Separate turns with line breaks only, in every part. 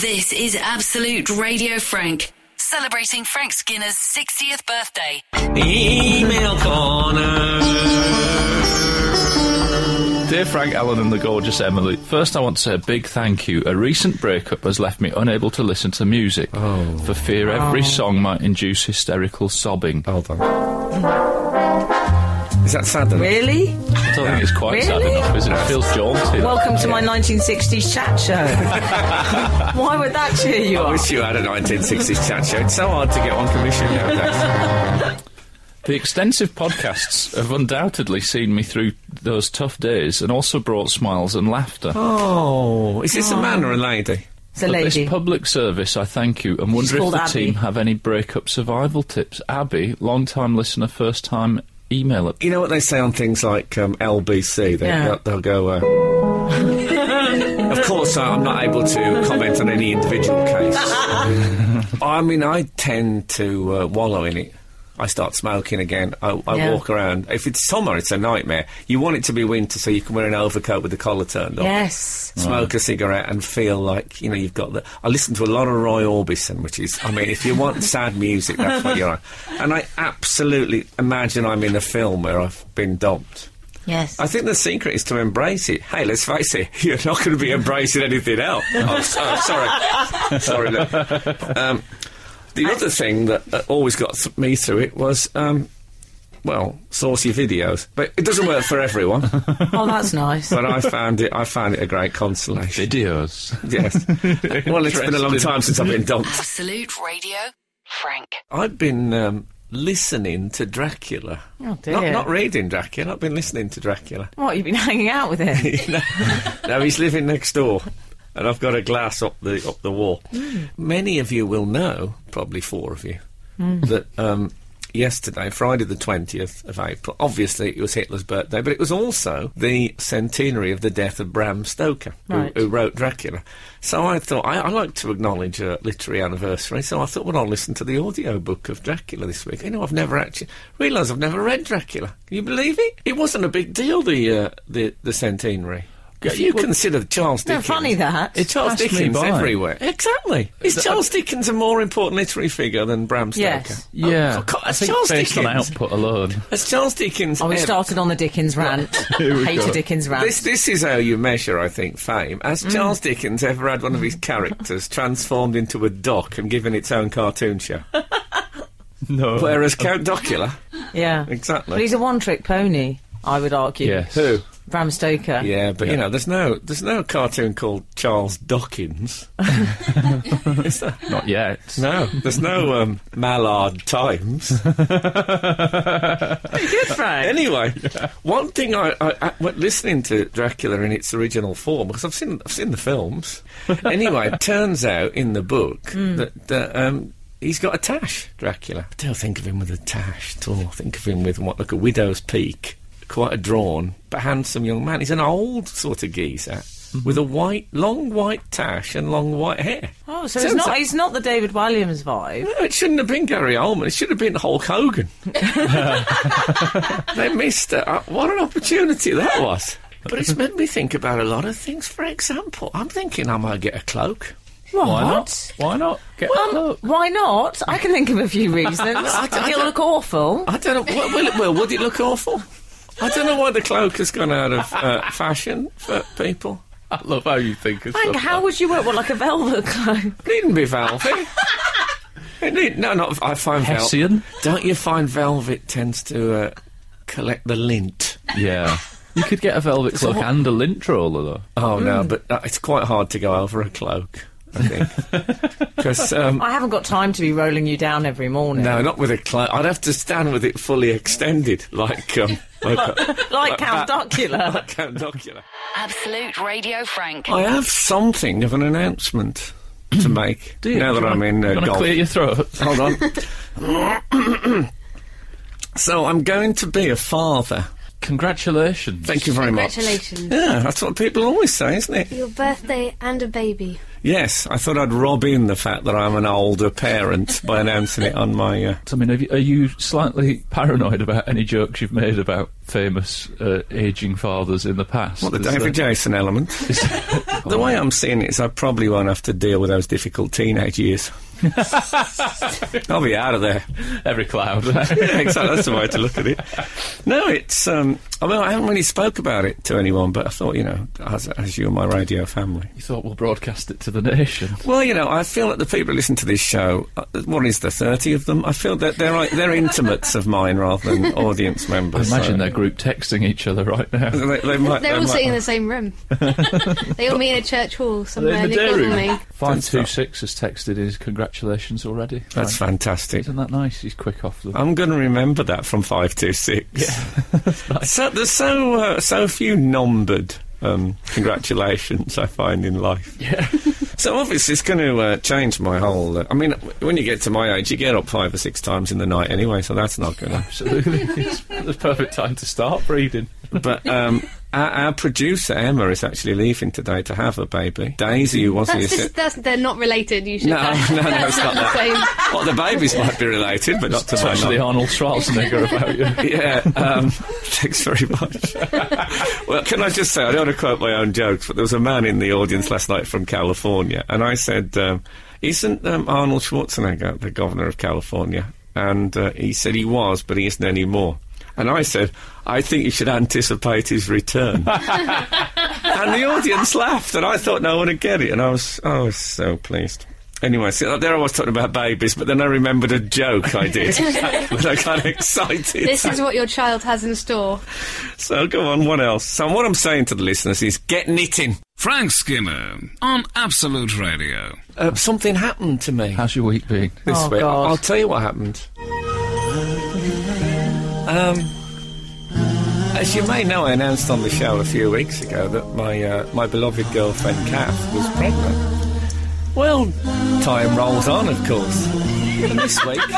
This is Absolute Radio Frank, celebrating Frank Skinner's 60th birthday.
Email corner.
Dear Frank Allen and the gorgeous Emily, first I want to say a big thank you. A recent breakup has left me unable to listen to music for fear every song might induce hysterical sobbing.
Hold on. Is that sad enough?
Really?
I don't think it's quite sad
Really?
enough, is it? It feels jaunty. that.
Welcome to my 1960s chat show. Why would that cheer you
I
up?
wish you had a 1960s chat show. It's so hard to get on commission nowadays.
The extensive podcasts have undoubtedly seen me through those tough days and also brought smiles and laughter.
oh, is this a man or a lady?
It's a
For
lady.
this public service, I thank you and wonder if
called
the
Abby.
team have any breakup survival tips. Abby, long-time listener, first-time email
You know what they say on things like um, LBC? They,
Yeah.
they'll, they'll go. Uh, of course, I- I'm not able to comment on any individual case. I mean, I tend to uh, wallow in it. I start smoking again. I, I
Yeah.
walk around. If it's summer, it's a nightmare. You want it to be winter so you can wear an overcoat with the collar turned up.
Yes.
Smoke a cigarette and feel like you know you've got the. I listen to a lot of Roy Orbison, which is, I mean, if you want sad music, that's what you're on. And I absolutely imagine I'm in a film where I've been dumped.
Yes.
I think the secret is to embrace it. Hey, let's face it, you're not going to be embracing anything else. oh, so- sorry. sorry. Look. Um, the other thing that uh, always got th- me through it was, um, well, saucy videos. But it doesn't work for everyone.
Oh, that's nice.
but I found it. I found it a great consolation.
videos.
Yes. Well, it's been a long
Interesting.
time since I've been dumped.
Absolute Radio Frank.
I've been um, listening to Dracula.
Oh, dear.
Not, not reading Dracula. I've been listening to Dracula.
What, you've been hanging out with him?
now he's living next door, and I've got a glass up the up the wall. Many of you will know, probably four of you, that um, yesterday, Friday the twentieth of April, obviously it was Hitler's birthday, but it was also the centenary of the death of Bram Stoker,
Right.
who, who wrote Dracula. So I thought I, I like to acknowledge a literary anniversary. So I thought, well, I'll listen to the audio book of Dracula this week. You know, I've never actually realised I've never read Dracula. Can you believe it? It wasn't a big deal the uh, the, the centenary. If you consider Charles
No,
Dickens,
funny that.
It's Charles
Passed me
Dickens
by.
everywhere. Exactly. Is Charles Dickens a more important literary figure than Bram Stoker?
Yes.
Yeah,
Oh, God,
I
that's
think
Charles
based on
Dickens.
output alone.
Has Charles Dickens?
Oh, we
ever-
started on the Dickens rant.
we
Hate
go.
a Dickens rant.
This this is how you measure, I think, fame. Has Charles Dickens ever had one of his characters transformed into a dock and given its own cartoon show?
No,
Whereas Count Docula,
yeah.
exactly.
But he's a one-trick pony, I would argue.
yes,
Who?
Bram Stoker.
Yeah, but you know, there's no there's no cartoon called Charles Dawkins. Is there?
not yet.
No, there's no um, Mallard Times.
Good, Frank.
Anyway, one thing I, I, I well, listening to Dracula in its original form because I've seen I've seen the films. anyway, it turns out in the book
Hmm.
that, that um, he's got a tash, Dracula. Don't think of him with a tash at all. Think of him with what like a widow's peak, quite a drawn but handsome young man. He's an old sort of geezer.
Mm-hmm.
With a white, long white tash and long white hair.
Oh, so
Turns
it's not,
out-
it's not the David Williams vibe.
no, it shouldn't have been Gary Oldman. It should have been Hulk Hogan. they missed it. Uh, What an opportunity that was. But it's made me think about a lot of things. For example, I'm thinking I might get a cloak.
What?
Why not? Why not? Get
Um,
look.
why not? I can think of a few reasons.
I d- I
It'll
don't-
look awful.
I don't know. Well, will it, well would it look awful? I don't know why the cloak has gone out of uh, fashion for people.
I love how you think. Of
Frank,
stuff
how
like-
would you wear what, like a velvet cloak?
It needn't be velvet. It need, no, not. I find velvet.
Hessian?
Don't you find velvet tends to uh, collect the lint?
Yeah, you could get a velvet cloak and a lint roller though.
Oh no,
Mm.
but uh, it's quite hard to go over a cloak. I think because um,
I haven't got time to be rolling you down every morning.
no, not with a cloak. I'd have to stand with it fully extended, like um, like, a-
Like Count Dracula.
like Count Docula.
Absolute Radio Frank.
I have something of an announcement to make
Mm. Do you-
now that
do you
I'm
wanna-
in
you
uh,
wanna
golf.
clear your throat.
Hold on. so I'm going to be a father.
Congratulations.
Thank you very much.
Congratulations.
Yeah, that's what people always say, isn't it?
Your birthday and a baby.
Yes, I thought I'd rob in the fact that I'm an older parent by announcing it on my. Uh,
I mean, have you, are you slightly paranoid about any jokes you've made about famous uh, aging fathers in the past.
What the
Is
David
that-
Jason element? the way I'm seeing it is, I probably won't have to deal with those difficult teenage years. I'll be out of there.
Every cloud.
Yeah, exactly. That's the way to look at it. No, it's. Um, I mean, I haven't really spoke about it to anyone, but I thought, you know, as, as you and my radio family.
you thought we'll broadcast it to the nation.
Well, you know, I feel that the people who listen to this show, uh, what is there, 30 of them? I feel that they're, they're intimates of mine rather than audience members.
Imagine
so-
they're group texting each other right now.
They, they might, they
They're all
might-
sitting in the same room. they all meet in a church hall somewhere.
in the
They've
day
got
room?
me.
Five two six has texted his congratulations already.
That's
Frank.
fantastic.
Isn't that nice? He's quick off the.
I'm going to remember that from 526. Yeah. so, there's so, uh, so few numbered um, congratulations I find in life. Yeah. so obviously it's going to uh, change my whole... Uh, I mean, w- when you get to my age, you get up five or six times in the night anyway, so that's not going to...
Absolutely, it's the perfect time to start breeding.
But um, our, our producer, Emma, is actually leaving today to have a baby. Daisy, who was the...
That's
assi-
just, that's, they're not related. You should.
No,
that's,
no, no,
that's
it's
not
not
the same.
Well, the babies might be related, but not to my
Actually,
knowledge.
Arnold Schwarzenegger about you.
Yeah, um, thanks very much. well, can I just say, I don't want to quote my own jokes, but there was a man in the audience last night from California, and I said, um, Isn't um, Arnold Schwarzenegger the governor of California? And uh, he said he was, but he isn't anymore. And I said, I think you should anticipate his return. and the audience laughed, and I thought no one would get it, and I was, I was so pleased. Anyway, so there I was talking about babies, but then I remembered a joke I did. and I got excited.
This is what your child has in store.
So go on, what else? So what I'm saying to the listeners is get knitting.
Frank Skinner on Absolute Radio.
Uh, something happened to me
How's your week been?
this
Oh,
week.
God.
I'll tell you what happened. Um, as you may know, I announced on the show a few weeks ago that my uh, my beloved girlfriend Kath was pregnant. Well, time rolls on, of course. And this week,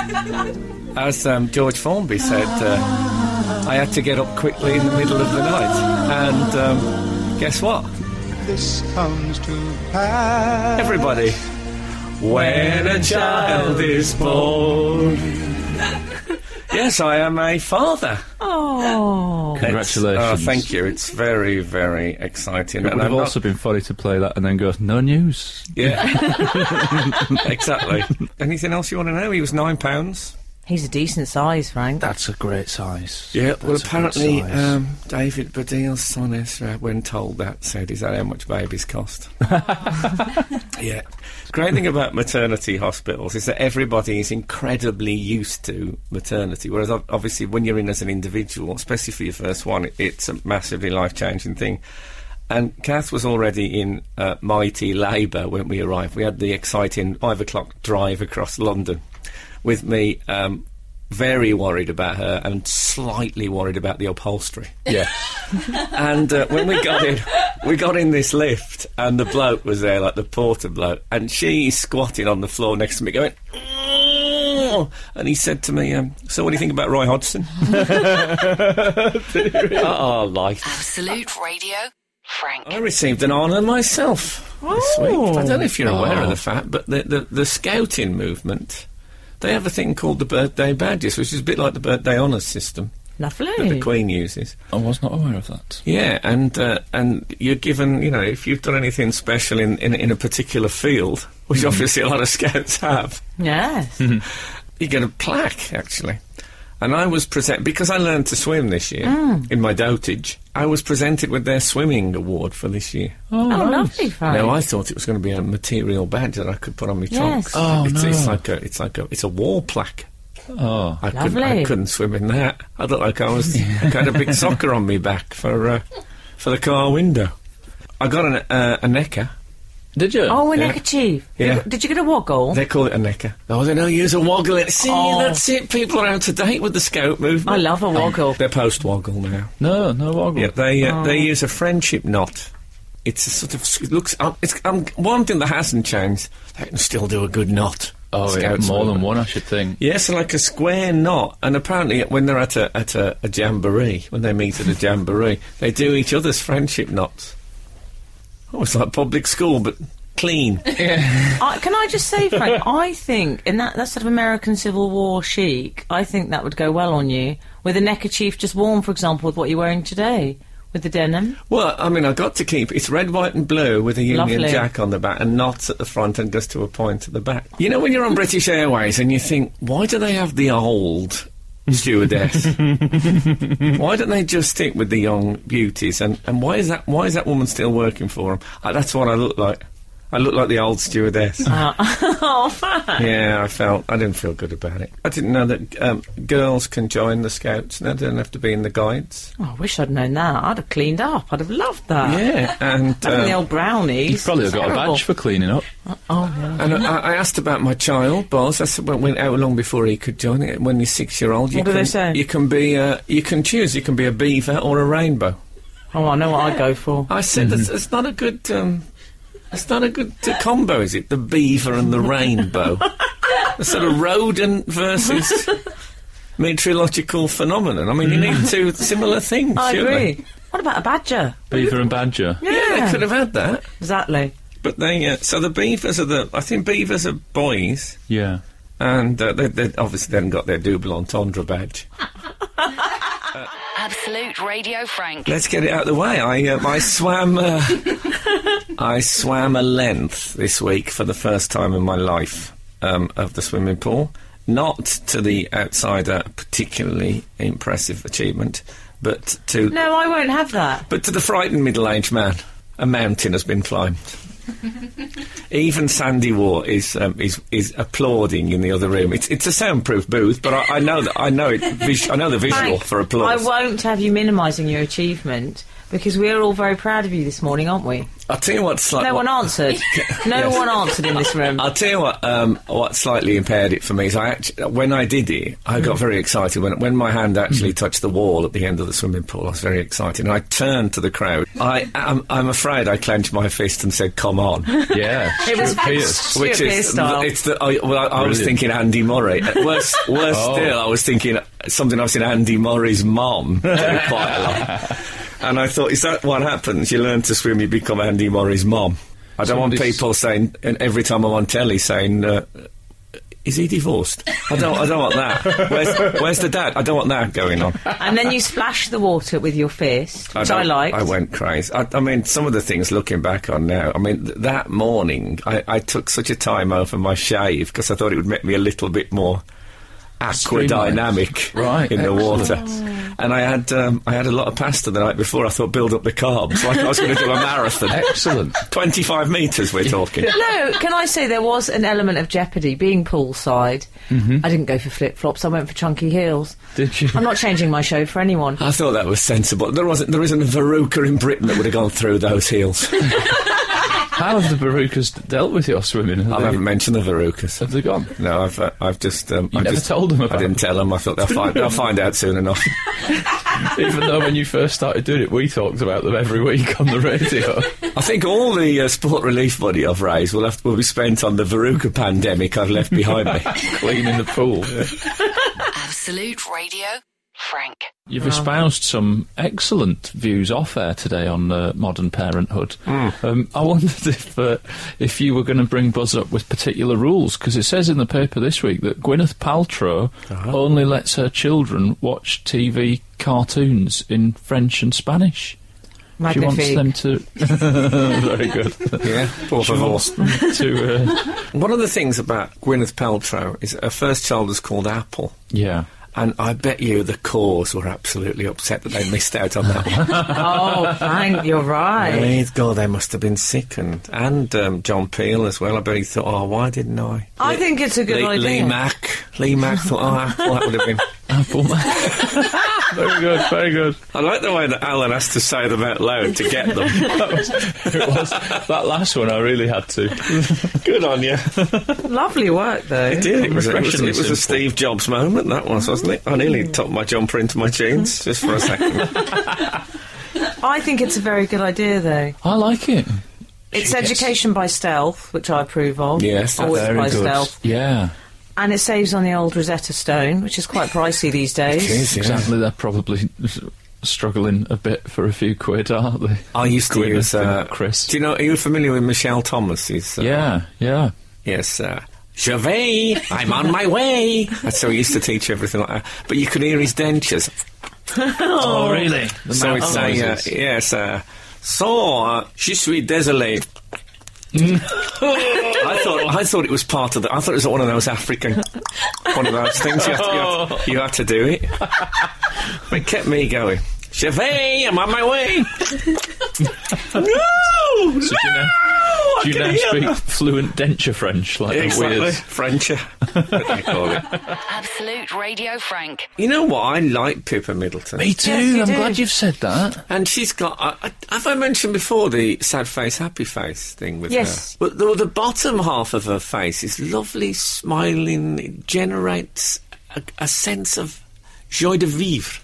as um, George Formby said, uh, I had to get up quickly in the middle of the night. And um, guess what?
this comes to pass.
Everybody. When a child is born. yes, I am a father.
Oh.
Congratulations.
It's- oh, thank you. It's very, very exciting.
It would
I'm
have
not-
also been funny to play that and then go, no news.
yeah. exactly. Anything else you want to know? He was nine pounds.
He's a decent size, Frank.
That's a great size.
Yeah. well, apparently, um, David Baddiel's son Ezra, when told that, said, "Is that how much babies cost?" yeah. Great thing about maternity hospitals is that everybody is incredibly used to maternity, whereas ob- obviously when you're in as an individual, especially for your first one, it, it's a massively life-changing thing. And Kath was already in uh, mighty labour when we arrived. We had the exciting five o'clock drive across London with me. Um, very worried about her and slightly worried about the upholstery.
yeah.
And uh, when we got in, we got in this lift, and the bloke was there, like the porter bloke, and she's squatting on the floor next to me, going. "Mm." And he said to me, um, "So, what do you think about Roy Hodgson?" oh, life!
Absolute Radio Frank.
I received an honour myself this week. Oh. I don't know if you're aware of the fact, but the, the the scouting movement, they have a thing called the birthday badges, which is a bit like the birthday honours system that the
Lovely.
Queen uses.
I was not aware of that.
Yeah, and uh, and you're given, you know, if you've done anything special in, in, in a particular field, which
Mm-hmm.
obviously a lot of scouts have,
Yes.
Mm-hmm. you get a plaque actually. And I was present because I learned to swim this year
Mm.
in my dotage. I was presented with their swimming award for this year.
Oh, lovely, Frank.
Now I thought it was going to be a material badge that I could put on my trunks.
Oh,
it's, it's
no.
like a it's like a it's a war plaque.
Oh.
I couldn't, I
Lovely.
couldn't swim in that. I looked like I was like I had a big soccer on me back for uh, for the car window. I got an, uh, a necker.
Did you?
oh, a
Yeah.
neckerchief.
Yeah.
Did you get a woggle?
They call it a necker. Oh, they know you use a woggle. It. See,
Oh.
that's it. People are out to date with the scout movement.
I love a woggle.
Oh,
Oh.
They're post woggle now.
No, no woggle.
Yeah, they uh, they use a friendship knot. It's a sort of it looks. Um, it's um, one thing that hasn't changed. They can still do a good knot.
Oh, yeah,
Scouts
more
movement.
than one, I should think.
Yes, like a square knot. And apparently, when they're at a at a, a jamboree, when they meet at a jamboree, they do each other's friendship knots. Oh, it's like public school, but clean.
I, can I just say, Frank? I think in that that sort of American Civil War chic, I think that would go well on you with a neckerchief just worn, for example, with what you're wearing today. With the denim,
well, I mean, I got to keep it's red, white, and blue with a Union
Lovely.
Jack on the back and knots at the front and just to a point at the back. You know, when you're on British Airways and you think, why do they have the old stewardess? why don't they just stick with the young beauties? And, and why is that? Why is that woman still working for them? that's what I look like. I look like the old stewardess.
oh, Frank.
Yeah, I felt I didn't feel good about it. I didn't know that um, girls can join the scouts now; they don't have to be in the guides.
Oh, I wish I'd known that. I'd have cleaned up. I'd have loved that.
Yeah, and
Having the
um,
old brownies.
You've probably got a
Terrible.
badge for cleaning up.
Oh, yeah.
and I, I asked about my child, boss. I said, well, when, how long before he could join it? When he's six year old, you
What do
can
they say?
you can be uh, you can choose. You can be a beaver or a rainbow.
Oh, I know what I'd go for.
I said, that's, that's not a good. Um, that's not a good uh, combo, is it? The beaver and the rainbow. the sort of rodent versus meteorological phenomenon. I mean, you need two similar things.
I
surely.
agree. What about a badger?
Beaver and badger.
Yeah, they could have had that.
Exactly.
But they, uh, so the beavers are the, I think beavers are boys,
Yeah.
and uh, they, they obviously they haven't got their double entendre badge.
Absolute Radio Frank.
Let's get it out of the way. I, um, I swam, uh, I swam a length this week for the first time in my life um, of the swimming pool. Not to the outsider particularly impressive achievement, but to
No, I won't have that.
But to the frightened middle aged man, a mountain has been climbed. Even Sandy War is, um, is is applauding in the other room. It's it's a soundproof booth, but I, I know that I know it. Vis- I know the visual
Frank,
for applause.
I won't have you minimising your achievement because we're all very proud of you this morning, aren't we?
I'll tell you what's slightly.
No one answered. No
Yes.
one answered in this room.
I'll tell you what. Um, what slightly impaired it for me is I act- when I did it, I
Mm-hmm.
got very excited when when my hand actually touched the wall at the end of the swimming pool. I was very excited, and I turned to the crowd. I am I'm afraid I clenched my fist and said, "Come on."
Yeah.
It was
Pierce.
Stuart
which
Pearce
is
style.
it's the I, well, I, I was
Brilliant.
thinking Andy Murray. Uh, Worse, worse
Oh.
still, I was thinking something I've seen Andy Murray's mom do quite a lot. And I thought, is that what happens? You learn to swim, you become Andy Murray's mom. I don't want
Somebody's-
people saying, and every time I'm on telly saying. Uh, is he divorced? I don't. I don't want that. Where's, where's the dad? I don't want that going on.
and then you splashed the water with your fist, which I,
don't-
liked.
I went crazy. I, I mean, some of the things looking back on now. I mean, th- that morning, I, I took such a time over my shave because I thought it would make me a little bit more aquadynamic
Right,
in the
excellent.
water. And I had um, I had a lot of pasta the night before. I thought build up the carbs, like I was going to do a marathon.
Excellent.
Twenty five meters, we're talking.
No, can I say there was an element of jeopardy being poolside? I didn't go for flip flops. I went for chunky heels.
Did you?
I'm not changing my show for anyone.
I thought that was sensible. There wasn't. There isn't a veruca in Britain that would have gone through those heels.
How have the Barukas d- dealt with your swimming? Have,
I
they,
haven't mentioned the verucas.
have they gone?
No, I've uh, I've just um, I
never
just,
told them
I
about
didn't
it.
tell them. I thought they'll find they'll find out soon enough.
Even though when you first started doing it, we talked about them every week on the radio.
I think all the uh, sport relief money I've raised will have will be spent on the Veruca pandemic I've left behind me.
cleaning the pool.
Absolute Radio Frank.
You've espoused some excellent views off air today on uh, modern parenthood. Um, I wondered if uh, if you were going to bring Buzz up with particular rules because it says in the paper this week that Gwyneth Paltrow only lets her children watch TV cartoons in French and Spanish. She wants
Magnifique.
them to. Very good.
Yeah, por
She wants them to. Uh,
One of the things about Gwyneth Paltrow is her first child was called Apple.
yeah.
And I bet you the cause were absolutely upset that they missed out on that one.
Oh, Frank, you're right.
Please God, they must have been sickened. And um, John Peel as well. I bet he thought, oh, why didn't I?
I think it's a good
Lee,
idea.
Lee Mack. Lee Mack thought, oh, Apple, that would have been.
Apple. very good. Very good.
I like the way that Alan has to say them out loud to get them.
It was that last one. I really had to.
Good on you.
Lovely work, though.
It did. It was, it was- it
Refreshingly
was a
simple.
Steve Jobs moment, that was, wasn't it? I nearly tucked my jumper into my jeans just for a second.
I think it's a very good idea, though.
I like it.
It's
gets-
education by stealth, which I approve of.
Yes, that's
always
very
by
good.
stealth,
Yeah.
and it saves on the old Rosetta Stone, which is quite pricey these days.
Jeez, yeah.
Exactly. They're probably struggling a bit for a few quid, aren't they?
I used to
Gwyneth
use uh,
and Chris.
Do you know? Are you familiar with Michelle Thomas? He's, uh,
yeah, yeah.
Yes. Uh, Gervais, I'm on my way. That's how he used to teach everything like that. But you could hear his dentures.
Oh, really?
so it's saying, uh, yes, uh, so, uh, je suis désolé. I thought I thought it was part of the. I thought it was one of those African, one of those things you had to, you
Oh.
had to, you had to do it. But it kept me going. Gervais, I'm on my way. no,
So do you know,
I
do you
can
now
hear
speak
them.
fluent denture French? Like that
exactly,
weird.
Frencher. what they call it.
Absolute Radio Frank.
You know what? I like Pippa Middleton.
Me too.
Yes, you
I'm
do.
glad you've said that.
And she's got. I, I, have I mentioned before the sad face, happy face thing with
Yes.
her? But the, the bottom half of her face is lovely, smiling. It generates a, a sense of joie de vivre.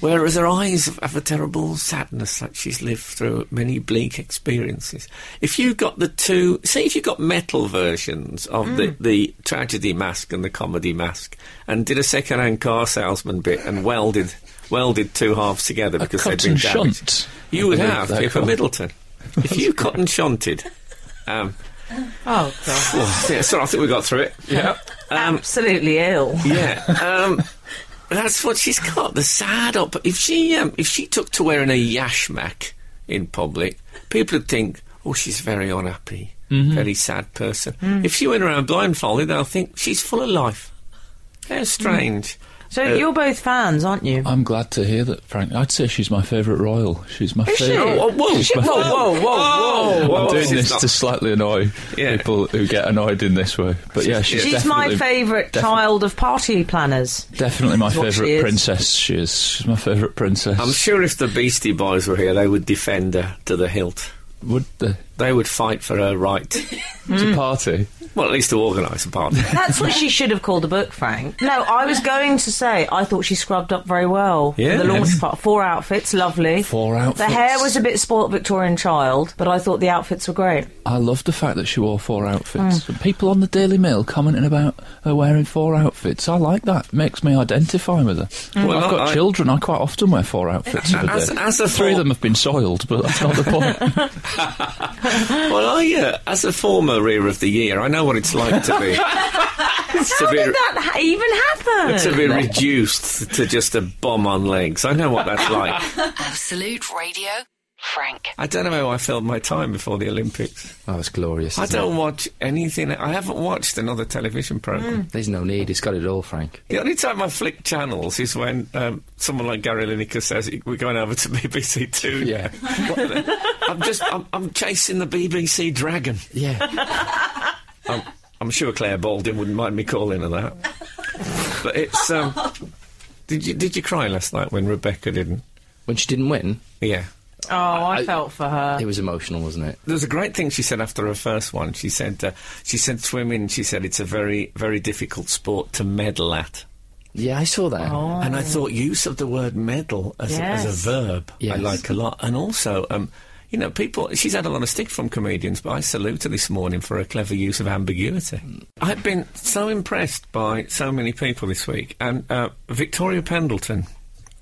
Whereas her eyes have, have a terrible sadness, like she's lived through many bleak experiences. If you got the two, say, if you got metal versions of the, the tragedy mask and the comedy mask, and did a second-hand car salesman bit and welded welded two halves together because they'd
cotton
been damaged,
shunt,
you
I
would
believe
have
they're
Pippa
called.
Middleton. If you cotton shunted, um,
Oh, God.
yeah, sorry, I think we got through it.
Yeah.
Um,
Absolutely ill.
yeah. Um, that's what she's got. The sad up. If she um, if she took to wearing a yashmak in public, people would think, oh, she's very unhappy,
Mm-hmm.
very sad person. If she went around blindfolded, they'll think she's full of life. How strange. Uh,
So
Oh,
you're both fans, aren't you?
I'm glad to hear that, Frank. I'd say she's my favourite royal. She's my
Is she?
favourite.
Oh, whoa,
Mm. She's my
whoa,
favourite.
whoa, whoa, whoa, whoa.
I'm doing
She's
this
not-
to slightly annoy
Yeah.
people who get annoyed in this way. But yeah, she's,
She's my
definitely-
favourite
defi-
child of party planners.
Definitely my
That's what she
favourite
is.
princess. She is. She's my favourite princess.
I'm sure if the Beastie Boys were here, they would defend her to the hilt.
Would the
They would fight for her right. Hmm.
to party?
well, at least to organise a party.
That's what she should have called the book, Frank. No, I was going to say I thought she scrubbed up very well. for
Yeah.
The launch part, four outfits, lovely.
Four
The
outfits.
hair was a bit spoilt Victorian child, but I thought the outfits were great.
I love the fact that she wore four outfits.
Hmm.
And People on the Daily Mail commenting about her wearing four outfits. I like that. Makes me identify with her.
Well,
I've got
I-
children. I quite often wear four outfits of a
As-
day.
as a thought-
Three of them have been soiled, but that's not the point.
Well, I, uh, as a former rear of the year, I know what it's like to be to
How
be
did that ha- even happen?
to be reduced to just a bomb on legs. I know what that's like.
Absolute Radio Frank.
I don't know how I filled my time before the Olympics.
Oh, it's glorious.
I
isn't
don't watch anything. I haven't watched another television program.
Hmm.
it? There's no need. It's got it all, Frank.
The only time I flick channels is when um, someone like Gary Lineker says we're going over to BBC Two.
Yeah.
I'm just I'm, I'm chasing the BBC dragon.
Yeah.
I'm, I'm sure Claire Baldwin wouldn't mind me calling her that. but it's um, did you did you cry last night when Rebecca didn't?
when she didn't win,
Yeah.
oh, I,
I-
felt for her.
it was emotional, wasn't it?
There's a great thing she said after her first one. She said uh, she said swimming. She said it's a very very difficult sport to medal at.
Yeah, I saw that.
And I thought use of the word medal as, a,
Yes.
as a verb I
Yes.
like a lot. And also, um, you know, people, she's had a lot of stick from comedians, but I salute her this morning for her clever use of ambiguity. I've been so impressed by so many people this week. And uh, Victoria Pendleton,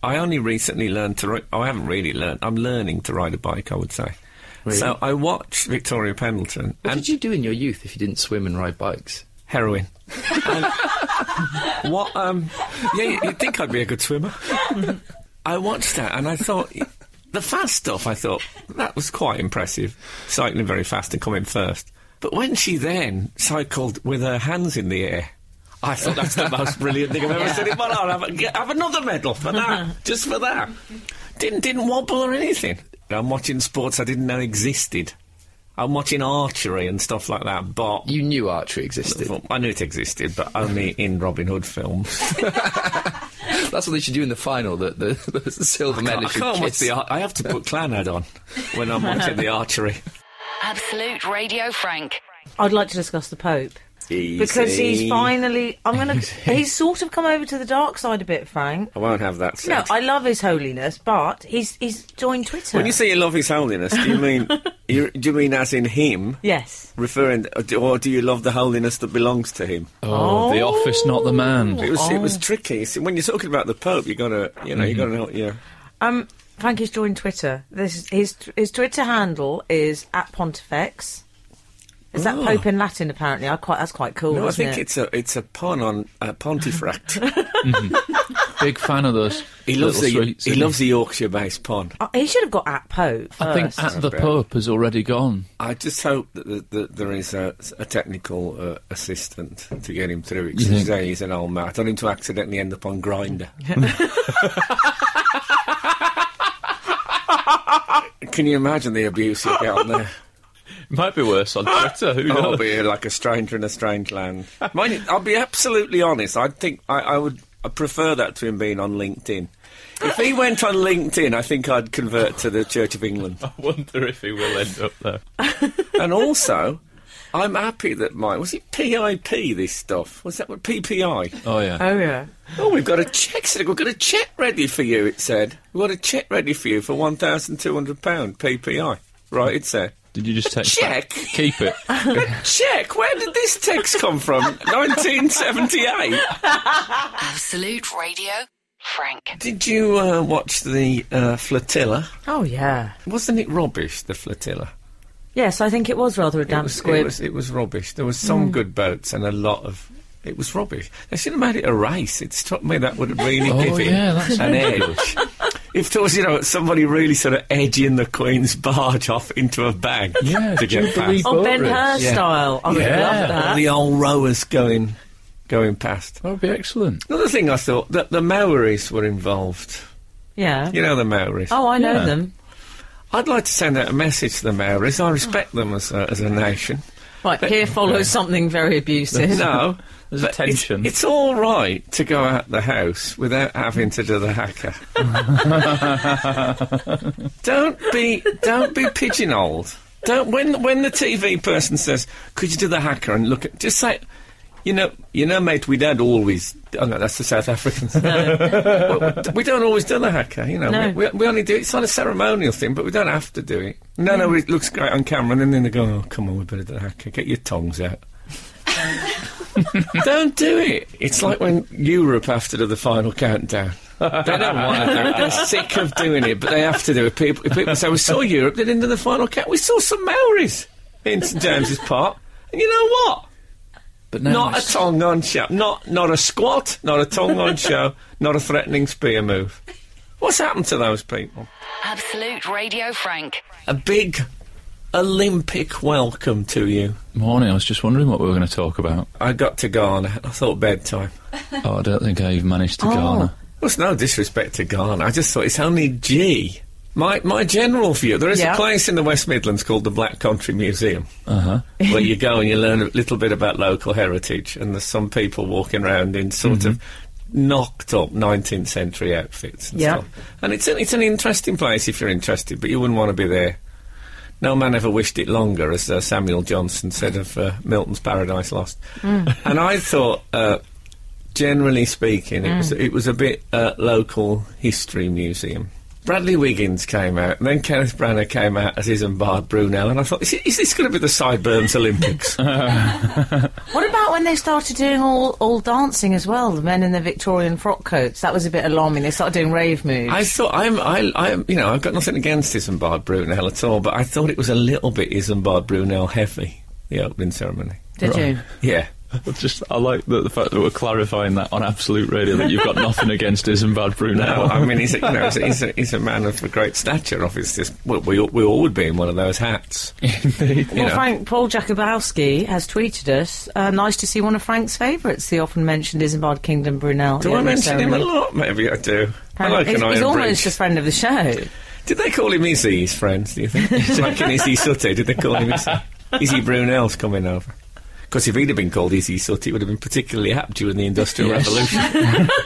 I only recently learned to ride, oh, I haven't really learned, I'm learning to ride a bike, I would say. So I watched Victoria Pendleton
What
and
did you do in your youth if you didn't swim and ride bikes?
heroin. And what? Um, yeah, you'd think I'd be a good swimmer. I watched that and I thought the fast stuff. I thought that was quite impressive, cycling very fast and coming first. But when she then cycled with her hands in the air. I thought that's the most brilliant thing I've ever seen in my life. Have, a- get- have another medal for that, just for that. Didn't didn't wobble or anything. I'm watching sports I didn't know existed. I'm watching archery and stuff like that. But
You knew archery existed.
well, I knew it existed, but only in Robin Hood films.
That's what they should do in the final. The, the, the silver medal
I
should
can't watch
kiss.
the. Ar- I have to put Clanad on when I'm watching the archery.
Absolute Radio Frank.
I'd like to discuss the Pope. Because he's finally, I'm gonna. He's sort of come over to the dark side a bit, Frank.
I won't have that.
No,
said.
I love his holiness, but he's he's joined Twitter.
when you say you love His Holiness, do you mean you, do you mean as in Him,
yes,
referring, or do- or do you love the holiness that belongs to Him?
Oh, the office, not the man.
Oh.
Mm-hmm. It was it was tricky. See, when you're talking about the Pope, you gotta you know you gotta know what you're.
Um, Frankie's joined Twitter. This is, his his Twitter handle is at Pontifex. Is that
Oh.
Pope in Latin? Apparently, I quite that's quite cool.
No, I
isn't
think
it?
it's a it's a pun on uh, Pontifract.
Big fan of those.
Oh. he loves
little
the
sweets,
he
isn't
loves the Yorkshire-based pun.
Uh, he should have got at Pope.
Ah,
I think
first.
at the Pope has already gone.
I just hope that, that, that there is a, a technical uh, assistant to get him through it. 'cause he's, a- he's an old man. I don't want him to accidentally end up on Grinder. Can you imagine the abuse he'll get on there?
Might be worse on Twitter. Who
I'll Ah!
knows?
Oh, be like a stranger in a strange land. Mind you, I'll be absolutely honest. I think I, I would I prefer that to him being on LinkedIn. If he went on LinkedIn, I think I'd convert to the Church of England.
I wonder if he will end up there.
and also, I'm happy that my was it PIP this stuff was that what PPI?
Oh yeah.
Oh yeah.
oh, we've got a check. Said, we've got a check ready for you. It said we've got a check ready for you for one thousand two hundred pound PPI. Right, it said.
Did you just text?
Check.
that? Keep it.
Check. Where did this text come from? 1978.
Absolute Radio Frank.
Did you uh, watch the uh, flotilla?
Oh yeah.
Wasn't it rubbish? The flotilla.
Yes, I think it was rather a
It
damp
was,
squib.
It was, it was rubbish. There was some
Hmm.
good boats and a lot of. It was rubbish. They should have made it a race. It struck me that would have really
Oh,
given
yeah, that's
an edge. if there was, you know, somebody really sort of edging the Queen's barge off into a bank
Yeah,
to get
jubilee
past.
Oh,
boat
Ben
race.
Hur
Yeah.
style. Oh, I would
Yeah.
love
All
that.
the old rowers going, going past.
That would be excellent.
Another thing I thought that the Maoris were involved.
yeah.
You know the Maoris.
Oh, I know
Yeah.
them.
I'd like to send out a message to the Maoris. I respect them as a, as a nation.
Right, here follows something very abusive.
No,
There's a
but it's-
tension.
It's, all right to go out the house without having to do the hacker. don't be don't be pigeonholed. Don't when when the TV person says, "Could you do the hacker?" and look at just say. You know, you know, mate. We don't always. Oh no, that's the South Africans. Well, we don't always do the hacker. You know,
No.
we, we only do. It's not a ceremonial thing, but we don't have to do it. No, no, it looks great on camera, and then they go, "Oh, come on, we better do the hacker. Get your tongs out." don't do it. It's like when Europe have to do the final countdown. They don't want to do it. They're sick of doing it, but they have to do it. People, if people say, we saw Europe, they didn't do the final count. We saw some Maoris in St James's Park. And you know what?
But now
not
it's-
a tongue on show. Not, not a squat, not a tongue on show, not a threatening spear move. What's happened to those people?
Absolute Radio Frank.
A big Olympic welcome to you.
morning. I was just wondering what we were going to talk about.
I got to Ghana. I thought bedtime.
Oh, I don't think I've managed to
Oh.
garner.
Well, it's no disrespect to Ghana. I just thought it's only G. My my general view. There is
Yeah.
a place in the West Midlands called the Black Country Museum
Uh huh.
where you go and you learn a little bit about local heritage, and there's some people walking around in sort of knocked up 19th century outfits. And
Yeah.
stuff. and it's an, it's an interesting place if you're interested, but you wouldn't want to be there. No man ever wished it longer, as uh, Samuel Johnson said of uh, Milton's Paradise Lost.
Mm.
And I thought, uh, generally speaking, it
Mm.
was it was a bit uh, local history museum. Bradley Wiggins came out, and then Kenneth Branagh came out as Isambard Brunel, and I thought, is, is this going to be the Sideburns Olympics?
What about when they started doing all, all dancing as well? The men in their Victorian frock coats. That was a bit alarming. They started doing rave moves.
I thought I'm I, I'm you know I've got nothing against Isambard Brunel at all, but I thought it was a little bit Isambard Brunel heavy the opening ceremony.
Did you?
Yeah.
Just, I like the, the fact that we're clarifying that on Absolute Radio that you've got nothing against Isambard Bruno.
No, I mean he's a, you know he's a, he's a, he's a man of a great stature. Obviously, well, we all- we all would be in one of those hats.
Well,
know.
Frank Paul Jakubowski has tweeted us. Uh, nice to see one of Frank's favourites, the often mentioned Isambard Kingdom Brunel. at
Do
the
I
end of the
mention him a
ceremony.
lot? Maybe I do. I
Apparently-
like an
he's,
iron
he's almost
bridge.
a friend of the show.
Did they call him Izzy, his friends, do you think? It's like an Izzy Sutty, did they call him Izzy? Izzy Brunel's coming over. Because if he'd have been called Izzy Sutty, it would have been particularly apt during the Industrial
Yes.
Revolution.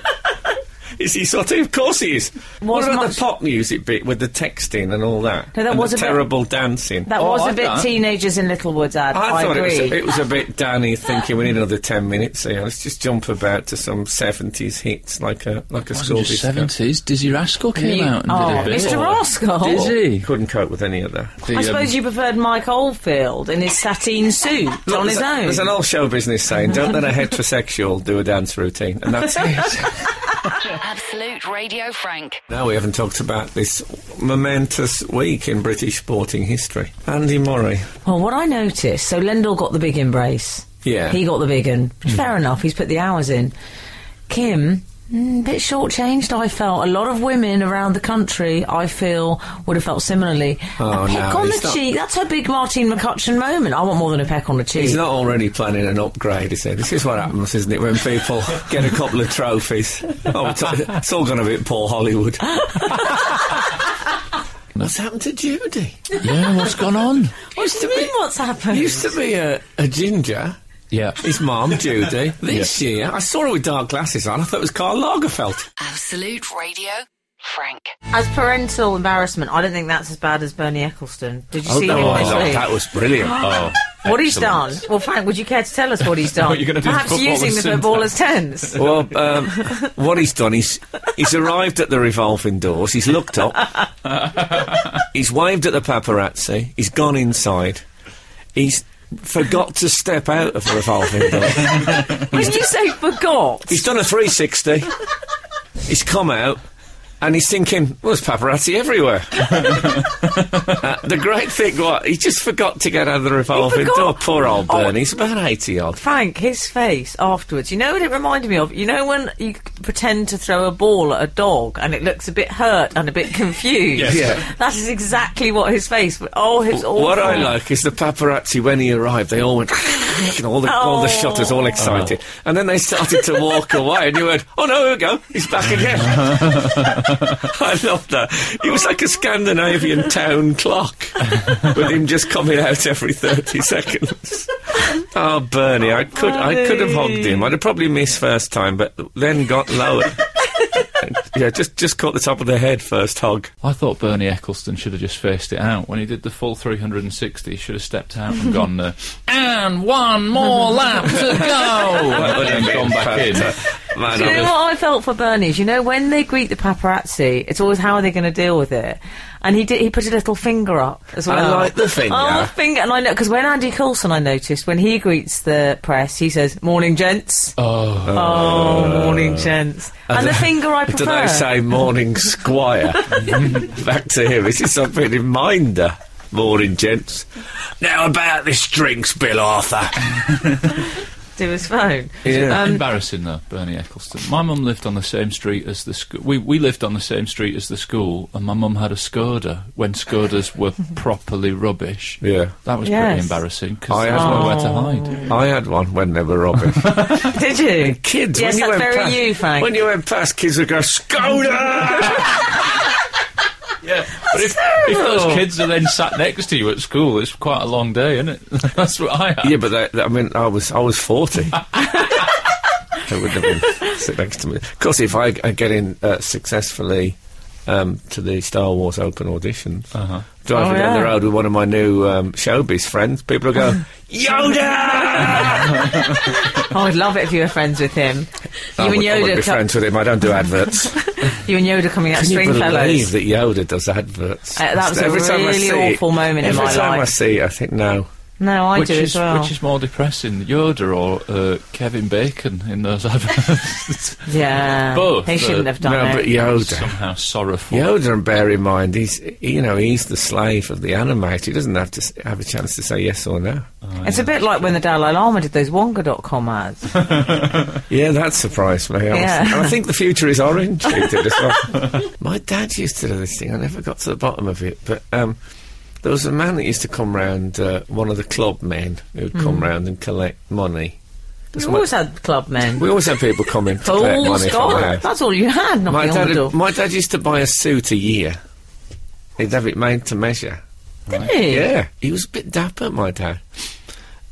Is he Sutty? Of course he is. what
Was
about
much-
the pop music bit with the texting and all that?
No, that
And
was
the
a bit-
terrible dancing.
That
Oh,
was a
I've
bit
done.
teenagers in Littlewoods ad.
I,
I,
thought
agree.
It, was a, it was a bit Danny thinking we need another ten minutes here. Let's just jump about to some seventies hits like a like a school
Wasn't just
disco.
70s. Dizzy Rascal came
You-
out and
oh,
did a bit.
Mr. Rascal.
Dizzy.
Couldn't cope with any of that.
The,
I
um,
suppose you preferred Mike Oldfield in his sateen suit
Look,
on
there's
his
a-
own.
There's an old show business saying, don't let a heterosexual do a dance routine. And that's it.
Absolute Radio Frank.
Now we haven't talked about this momentous week in British sporting history. Andy Murray.
Well, what I noticed, so Lendl got the big embrace.
Yeah. Hmm.
He got the big one. Fair enough, he's put the hours in. Kim, mm, bit shortchanged, I felt. A lot of women around the country, I feel, would have felt similarly.
Oh,
a peck
no,
on the
he's not-
cheek, that's her big Martine McCutcheon moment. I want more than a peck on the cheek.
He's not already planning an upgrade, is he? This is what happens, isn't it, when people get a couple of trophies. Oh, it's, it's all gone a bit Paul Hollywood. What's happened to Judy?
Yeah, what's gone on?
What's, the mean, what's happened?
Used to be a, a ginger.
Yeah.
His mum, Judy. This year, I saw her with dark glasses on. I thought it was Carl Lagerfeld.
Absolute Radio Frank.
As parental embarrassment, I don't think that's as bad as Bernie Ecclestone. Did you see
Oh, no,
him
I
this
thought
week?
that was brilliant.
Oh.
What he's done?
excellent.
Well, Frank, would you care to tell us what he's done?
you're gonna do the
Perhaps
football
using
as
the
soon as-
football as tense.
Well, um, what he's done is he's arrived at the revolving doors. He's looked up. he's waved at the paparazzi. He's gone inside. He's forgot to step out of the revolving door.
When you say forgot,
He's done a 360. He's come out. And he's thinking, well, there's paparazzi everywhere. Uh, the great thing was, he just forgot to get out of the revolving
forgot.
door. Poor old Bernie. He's about 80 odd.
Frank, his face afterwards. You know what it reminded me of? You know when you c- pretend to throw a ball at a dog and it looks a bit hurt and a bit confused.
Yes.
Yeah.
That is exactly what his face. Oh, his awful.
What I like is the paparazzi when he arrived. They all went, and all the all the
Oh.
shutters all excited, and then they started to walk away, and you went, "Oh no, here we go, he's back again." I love that. It was like a Scandinavian town clock, with him just coming out every thirty seconds. Oh, Bernie, I could I could have hogged him. I'd have probably missed first time, but then got lower. yeah, just just caught the top of the head first hog.
I thought Bernie Eccleston should have just faced it out. When he did the full 360, he should have stepped out and gone, uh, and one more lap to go!
Well,
and gone back in.
Man,
Do you
I
know
was-
what I felt for Bernie? is, You know when they greet the paparazzi, it's always how are they going to deal with it. And he did. He put a little finger up as well.
like the finger.
Oh, the finger! And I know because when Andy Coulson, I noticed when he greets the press, he says "Morning, gents."
Oh,
Oh, morning, gents. And the finger I
Do
prefer.
they say morning squire? Back to him. This is something in minder. Morning, gents. Now about this drinks bill, Arthur.
to his phone. Um,
Yeah.
Embarrassing though, Bernie Eccleston. My mum lived on the same street as the school. We, we lived on the same street as the school, and my mum had a Skoda when Skodas were properly rubbish.
Yeah.
that was pretty
Yes.
embarrassing because
I
I
had
was
one.
nowhere to hide.
I had one when they were robbing.
Did you?
kids, when
Yes,
you
that's
went
very
past,
you, Frank.
When you went past, kids would go, Skoda!
Yeah, but if, if those kids are then sat next to you at school, it's quite a long day, isn't it? That's what I had.
yeah, but that, that- I mean, I was, I was 40. they wouldn't have been sit next to me. Of course, if I, I get in uh, successfully um, to the Star Wars open auditions,
Uh-huh.
driving
Oh,
down the
yeah.
road with one of my new um, showbiz friends, people will go, Yoda!
Oh, I'd love it if you were friends with him. You
I
and
would, I would
Yoda.
be
co-
friends with him. I don't do adverts. Can
you and Yoda coming out of
you believe
Stringfellows.
that Yoda does adverts?
Uh, that was a
Every time I
really
see
awful
it,
moment in
every
my
time I
life.
see it, I think no.
No, I
which
do
is
as well.
which is more depressing, Yoda or uh, Kevin Bacon in those adverts?
yeah,
Both,
They
uh,
shouldn't have done
no,
it.
but Yoda.
Somehow sorrowful.
Yoda, and bear in mind, he's you know he's the slave of the animator. He doesn't have to s- have a chance to say yes or no.
it's a bit like when the Dalai Lama did those Wonga.com ads.
Yeah, that surprised me. I was-
Yeah.
and I think the future is orange. He did as well. My dad used to do this thing. I never got to the bottom of it, but um, there was a man that used to come round. Uh, one of the club men who'd come
Hmm.
round and collect money.
You
my-
always had club men.
We always had people come in to collect
Fools,
money from
Oh, God,
us.
that's all you had
My
knocking on
dad,
the door.
my dad used to buy a suit a year. He'd have it made to measure.
Didn't he?
Yeah, he was a bit dapper, my dad.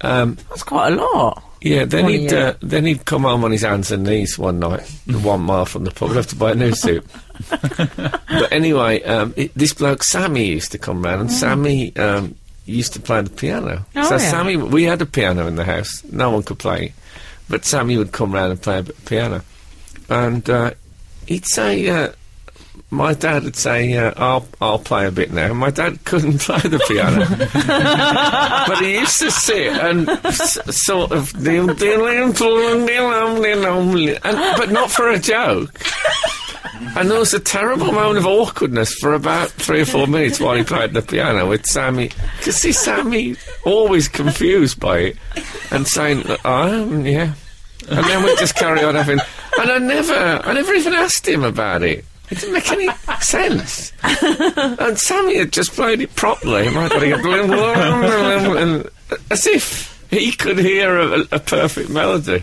Um,
That's quite a lot.
yeah, then
One a
he'd
year.
uh, then he'd come home on his hands and knees one night, the one mile from the pub, and have to buy a new suit. but anyway, um, it, this bloke Sammy used to come round, and Sammy um, used to play the piano.
Mm. Oh,
so
yeah.
Sammy, we had a piano in the house. No one could play it, but Sammy would come round and play a bit of piano, and uh, he'd say, uh, my dad would say, uh, "I'll I'll play a bit now." And my dad couldn't play the piano, but he used to sit and s- sort of and, but not for a joke. And there was a terrible moment of awkwardness for about three or four minutes while he played the piano with Sammy. Because see, Sammy always confused by it and saying, "I am, yeah," and then we just carry on having. And I never, I never even asked him about it. It didn't make any sense. And Sammy had just played it properly. And I got to go, and as if he could hear a, a perfect melody.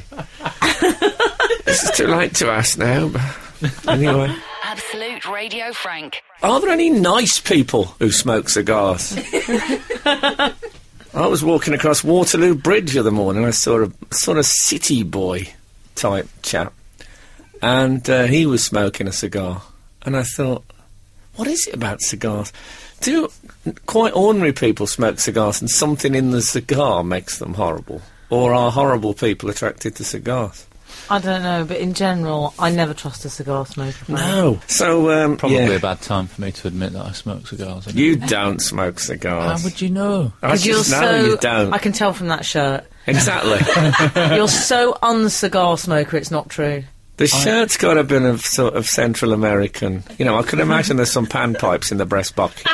this is too late to ask now. But anyway.
Absolute Radio Frank.
Are there any nice people who smoke cigars? I was walking across Waterloo Bridge the other morning. I saw a sort of city boy type chap, and uh, he was smoking a cigar. And I thought, what is it about cigars? Do quite ordinary people smoke cigars, and something in the cigar makes them horrible, or are horrible people attracted to cigars?
I don't know, but in general, I never trust a cigar smoker. Frank.
No. So um,
Probably
yeah.
a bad time for me to admit that I smoke cigars. isn't it?
You don't smoke
How
cigars.
would you know?
I
Because you're
just know
so.
you don't.
I can tell from that shirt.
Exactly.
You're so un-cigar smoker. It's not true.
the shirt's got a bit of sort of Central American. You know, I can imagine there's some panpipes in the breast pocket.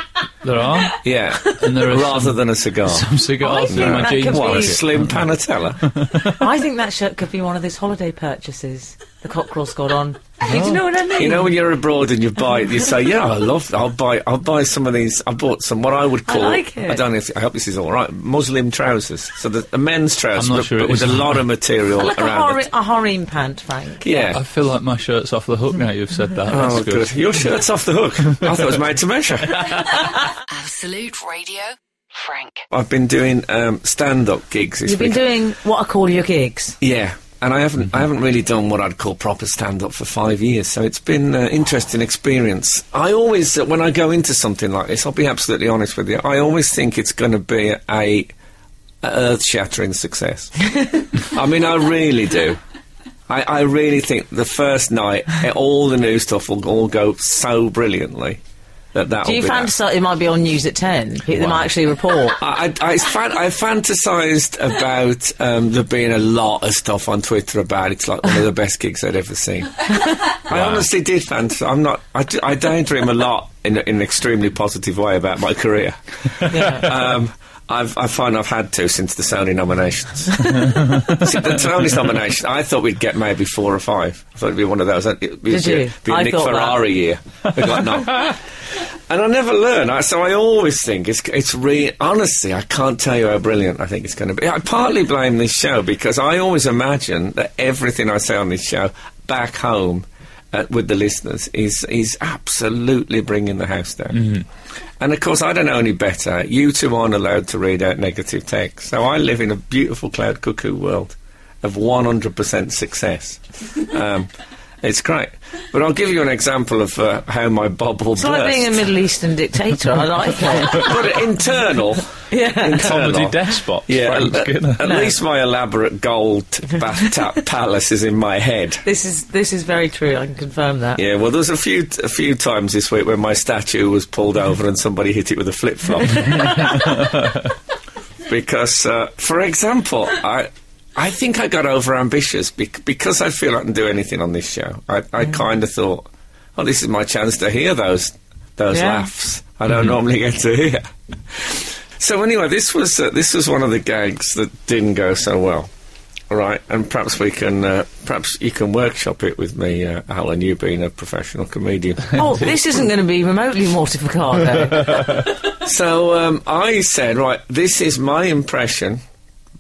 There are.
Yeah,
And there are
rather
some-
than a cigar.
Some cigars
I
in
think
my
that
jeans.
could
What, a
be-
slim panatella?
I think that shirt could be one of those holiday purchases the cockerel's got on. Do you know what I mean?
Oh. you know, when you're abroad and you buy, it, you say, "Yeah, I love. I'll buy. I'll buy some of these. I bought some. What I would call.
like it.
I don't know. If, I hope this is all right. Muslim trousers. So the a men's trousers,
not
but,
sure
but
it
with
is.
a lot of material
like a,
around.
hori-
it.
a harem pant, Frank.
Yeah.
I feel like my shirt's off the hook now you've said that.
Oh,
That's
good. Your shirt's off the hook. I thought it was made to measure.
Absolute Radio Frank.
I've been doing um, stand-up gigs this
You've been
week.
doing what I call your gigs.
Yeah, and I haven't I haven't really done what I'd call proper stand up for five years, so it's been an interesting experience. I always, uh, when I go into something like this, I'll be absolutely honest with you. I always think it's going to be a earth shattering success. I mean, I really do. I, I really think the first night, eh, all the new stuff will all go so brilliantly that that.
Do you
be that.
fantasise it might be on news at ten? People They might actually report.
I, I, I, fan- I fantasized about um, there being a lot of stuff on Twitter about it's like one of the best gigs I'd ever seen. I honestly did fantasize. I'm not. I, d- I daydream a lot in, a- in an extremely positive way about my career. Um, I've, I find I've had to since the Sony nominations. See, the Tony's nomination, I thought we'd get maybe four or five. I thought it'd be one of those. uh, It'd be,
Did you?
be a
I
Nick
thought that.
Ferrari year. I got none. And I never learn, I, so I always think it's it's re honestly I can't tell you how brilliant I think it's going to be. I partly blame this show because I always imagine that everything I say on this show back home uh, with the listeners is is absolutely bringing the house down.
Mm-hmm.
And of course, I don't know any better. You two aren't allowed to read out negative text, so I live in a beautiful cloud cuckoo world of 100% success. um, it's great, but I'll give you an example of uh, how my bubble
It's
burst
like being a Middle Eastern dictator. I like it.
but internal.
Yeah.
Comedy
Internal.
despot.
Yeah,
Frank's
at,
goodness.
at least my elaborate gold bathtub palace is in my head.
This is this is very true. I can confirm that.
Yeah, well, there was a few a few times this week when my statue was pulled over and somebody hit it with a flip flop. because, uh, for example, I I think I got over ambitious bec- because I feel I can do anything on this show. I, I
Mm.
kind of thought, oh, this is my chance to hear those those
Yeah. Mm-hmm.
laughs I don't normally get to hear. So anyway, this was uh, this was one of the gags that didn't go so well. All right, and perhaps we can uh, perhaps you can workshop it with me, uh, Alan. You being a professional comedian.
Oh, this isn't going to be remotely mortificado.
So um, I said, right, this is my impression.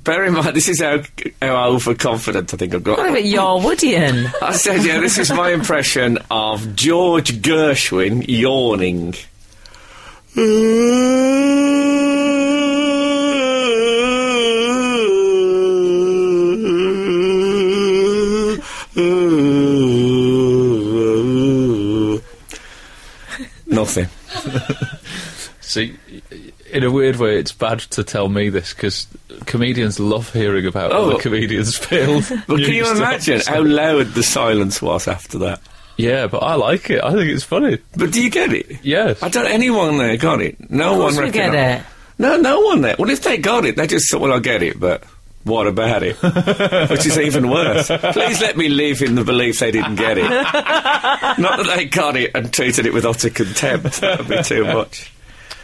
Bear in mind, this is how, how overconfident I think I've
what a
got.
bit Yarwoodian.
I said, yeah, this is my impression of George Gershwin yawning. Nothing.
See, in a weird way, it's bad to tell me this because comedians love hearing about
Oh.
other comedians' failed.
But can
news
you
stories.
imagine how loud the silence was after that?
Yeah, but I like it. I think it's funny.
But do you get it?
Yes.
I don't. Anyone there got it? No
Of course
one
we get
recogni-
it.
No, no one there. Well, if they got it, they just thought, "Well, I get it," but. What about it? Which is even worse. Please let me live in the belief they didn't get it. Not that they got it and treated it with utter contempt. That would be too much.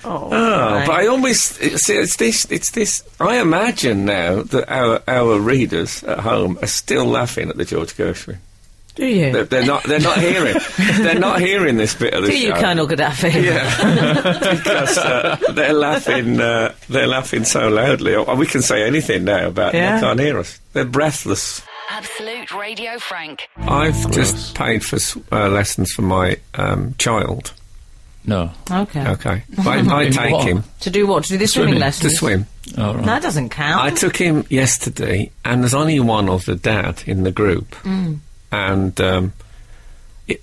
Oh,
Oh,
right.
but I always it's, it's this. It's this. I imagine now that our our readers at home are still laughing at the George Gershwin.
do you?
They're, they're not. They're not hearing. they're not hearing this bit of the
do you,
show.
Colonel Gaddafi?
Yeah, because uh, they're laughing. Uh, they're laughing so loudly. Oh, We can say anything now about.
Yeah.
They can't hear us. They're breathless.
Absolute Radio Frank.
I've just paid for s- uh, lessons for my um, child.
No.
Okay.
Okay, I, I
In
take
what?
him
To do what? To do the
to
Swimming.
swimming, lessons? Oh.
swim.
All right.
No, that doesn't count.
I took him yesterday, and there's only one other dad in the group,
Mm.
and um, it,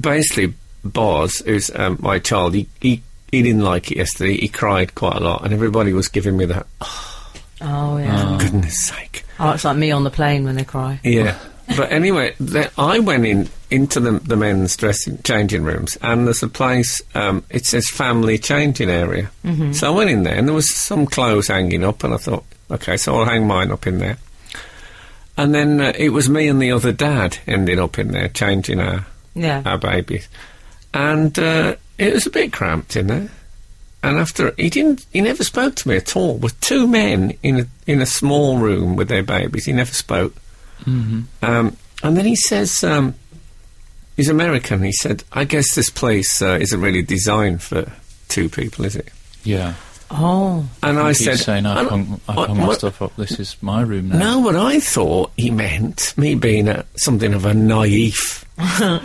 basically, Boz, who's um, my child, he, he he didn't like it yesterday. He cried quite a lot, and everybody was giving me that. Oh,
oh, yeah.
goodness sake!
Oh, it's like me on the plane when they cry.
Yeah. but anyway, the, I went in into the, the men's dressing changing rooms, and there's a place. Um, it says family changing area. So I went in there, and there was some clothes hanging up, and I thought, okay, so I'll hang mine up in there. And then uh, it was me and the other dad ended up in there changing our
Yeah.
our babies, and uh, it was a bit cramped in there. And after he didn't, he never spoke to me at all. With two men in a in a small room with their babies, he never spoke.
Mm-hmm.
Um, and then he says, um, he's American. He said, I guess this place uh, isn't really designed for two people, is it?
Yeah.
Oh.
And I,
I
said,
said, saying
and-
I've hung, I've
what-
hung my
what-
stuff up. This is my room now.
No, but I thought he meant me being a, something of a naive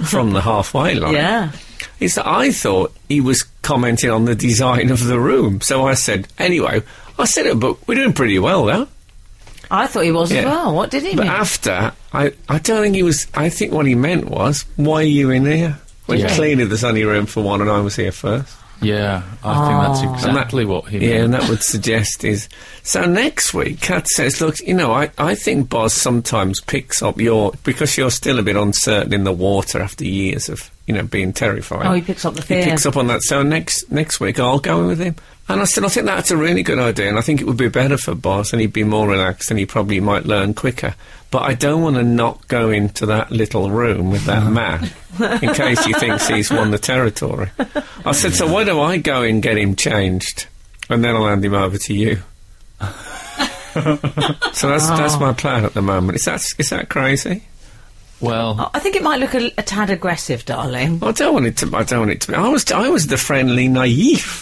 from the halfway line.
Yeah.
is that I thought he was commenting on the design of the room. So I said, anyway, I said it, but we're doing pretty well though.
I thought he was as
Yeah.
well. What did he
But
mean?
after, I, I don't think he was, I think what he meant was, why are you in here? When
Yeah.
clearly there's only room for one and I was here first.
Yeah, I think that's
And that-
exactly what he
Oh. Yeah,
meant.
and that would suggest is. So next week, Kat says, look, you know, I, I think Boz sometimes picks up your, because you're still a bit uncertain in the water after years of, you know, being terrified.
Oh, he picks up the
He
fear.
picks up on that. So next next week I'll go in with him. And I said, I think that's a really good idea, and I think it would be better for Boz, and he'd be more relaxed, and he probably might learn quicker. But I don't want to not go into that little room with that man in case he thinks he's won the territory. I said, so why do I go in, get him changed, and then I'll hand him over to you? so that's that's my plan at the moment. Is that is that crazy?
Well,
Uh,
I think it might look a, a tad aggressive, darling.
I don't want it to. I don't want it to be. I was. I was the friendly naive.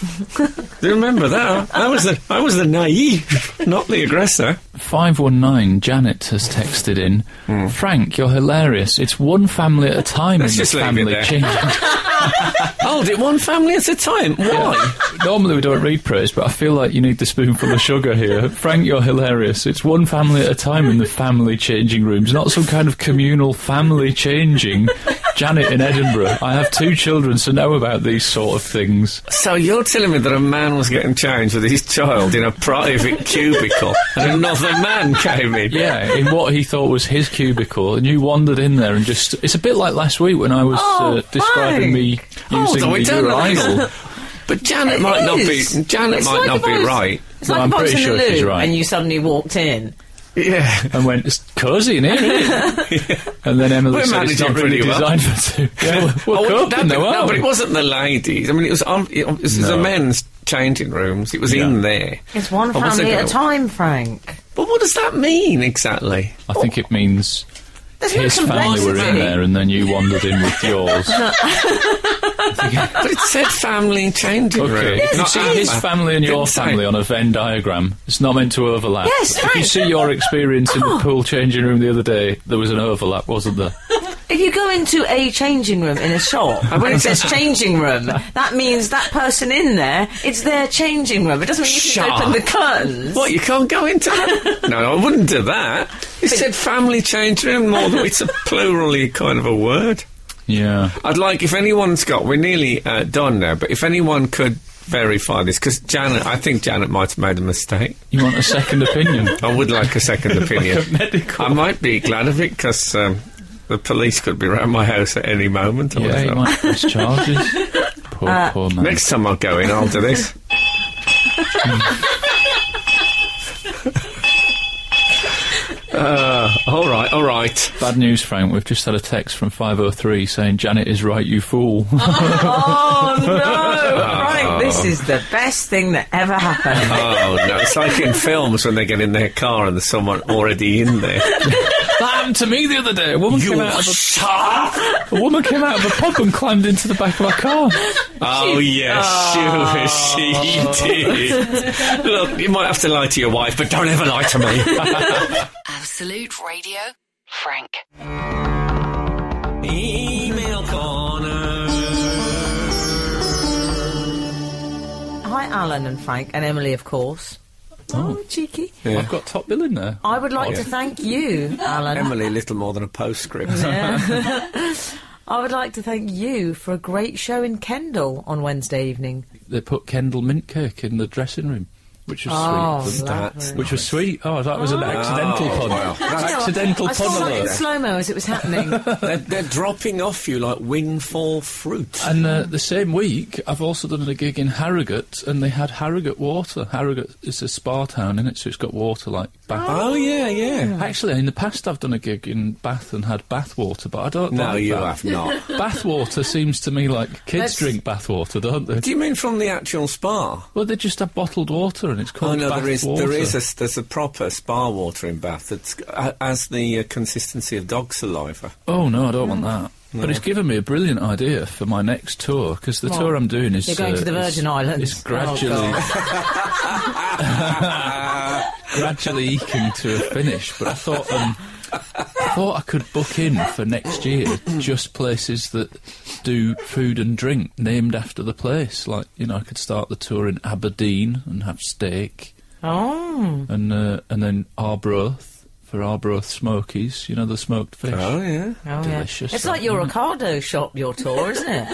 Do you remember that? I was the. I was the naive, not the aggressor.
519 Janet has texted in Frank, you're hilarious. It's one family at a time
Hmm. Let's
in this
just leave it
family
there."
change.
Hold it Oh, one family at a time. Why?
Normally we don't read praise, but I feel like you need the spoonful of sugar here. Frank, you're hilarious. It's one family at a time in the family changing rooms, not some kind of communal family changing. Janet in Edinburgh. I have two children, so know about these sort of things.
So you're telling me that a man was getting changed with his child in a private cubicle, and another man came in.
Yeah, in what he thought was his cubicle, and you wandered in there and just—it's a bit like last week when I was
Oh,
uh, describing me
Hold
using
on, Oh, we
the
don't know this.
urinal.
But Janet
It
might not be.
is.
Janet
It's
might
like
not
if I
be
was-
right.
It's
No,
like
I'm
if I was
pretty
in the
sure she's
loo
right.
and you suddenly walked in.
Yeah.
and went, it's cosy in here, isn't it? And then Emily
We're
said, it's
managing
not really
pretty well."
designed for two. Yeah, we're
Oh, well,
coping
no,
though,
but, no,
aren't
but it
we?
wasn't the ladies. I mean, it was on. It was the
No.
men's changing rooms. It was
Yeah.
in there.
It's one
Oh,
I wasn't
family at a
gonna-
time, Frank.
But what does that mean exactly?
I think it means
There's
his
no
family were in
complexity.
there and then you wandered in with yours.
But it said family changing room.
Okay, if you
not
see
our
his family and your
Didn't say.
family on a Venn diagram, it's not meant to overlap.
Yes,
if you
right.
see your experience in
Oh.
the pool changing room the other day, there was an overlap, wasn't there?
If you go into a changing room in a shop and it says changing room, that means that person in there, it's their changing room. It doesn't mean you
Shut
can open
up.
the curtains.
What, you can't go into that? no, I wouldn't do that. It said family changing room, more than it's a plurally kind of a word.
Yeah.
I'd like, if anyone's got, we're nearly uh, done now, but if anyone could verify this, because Janet, I think Janet might have made a mistake.
You want a second opinion?
I would like a second opinion.
Medical.
I might be glad of it because um, The police could be round my house at any moment. I would
Yeah,
have
you
thought.
might press charges. poor,
Uh,
poor man.
Next time I go in, I'll do this. uh, all right, all right.
Bad news, Frank. We've just had a text from 503 saying, Janet is right, you fool.
Oh no, Frank! This is the best thing that ever happened.
Oh no, it's like in films when they get in their car and there's someone already in there.
That happened to me the other day. A woman, came out, of
shark!
a, a woman came out of a pub and climbed into the back of our car.
Oh yes, sure, she did. Look, you might have to lie to your wife, but don't ever lie to me.
Absolute Radio Frank.
Email corner.
Hi, Alan and Frank and Emily, of course. Oh, cheeky!
I've got top bill in there.
I would like to thank you, Alan.
Emily, little more than a postscript.
I would like to thank you for a great show in Kendal on Wednesday evening.
They put Kendall Mintkirk in the dressing room, which was
Oh,
sweet.
lovely.
Which was sweet. Oh, that was an accidental
Oh,
pun.
wow.
Accidental
I saw
pun
that in
alert.
slow mo as it was happening.
they're, they're dropping off you like windfall fruit.
And uh, the same week, I've also done a gig in Harrogate, and they had Harrogate water. Harrogate is a spa town in it, so it's got water like bath.
Oh yeah, yeah.
Actually, in the past, I've done a gig in Bath and had bath water, but I don't.
No,
like
you
that.
have not.
Bath water seems to me like kids
Let's-
drink bath water, don't they?
Do you mean from the actual spa?
Well, they just have bottled water, and it's
Oh
called
no,
bath
there is
water.
there is a, there's a proper spa water in Bath that's uh, has the uh, consistency of dog saliva.
Oh no, I don't want that. But it's given me a brilliant idea for my next tour because the tour I'm doing is
You're going
uh,
to the
is-
Virgin Islands.
It's gradually,
Oh,
gradually eking to a finish. But I thought, um, I thought I could book in for next year just places that do food and drink named after the place. Like you know, I could start the tour in Aberdeen and have steak,
Oh,
and uh, and then Arbroath for Arbroath Smokies. You know the smoked fish.
yeah.
oh
Delicious,
Yeah. It's like
that,
your
isn't it?
Ricardo shop, your tour, isn't it?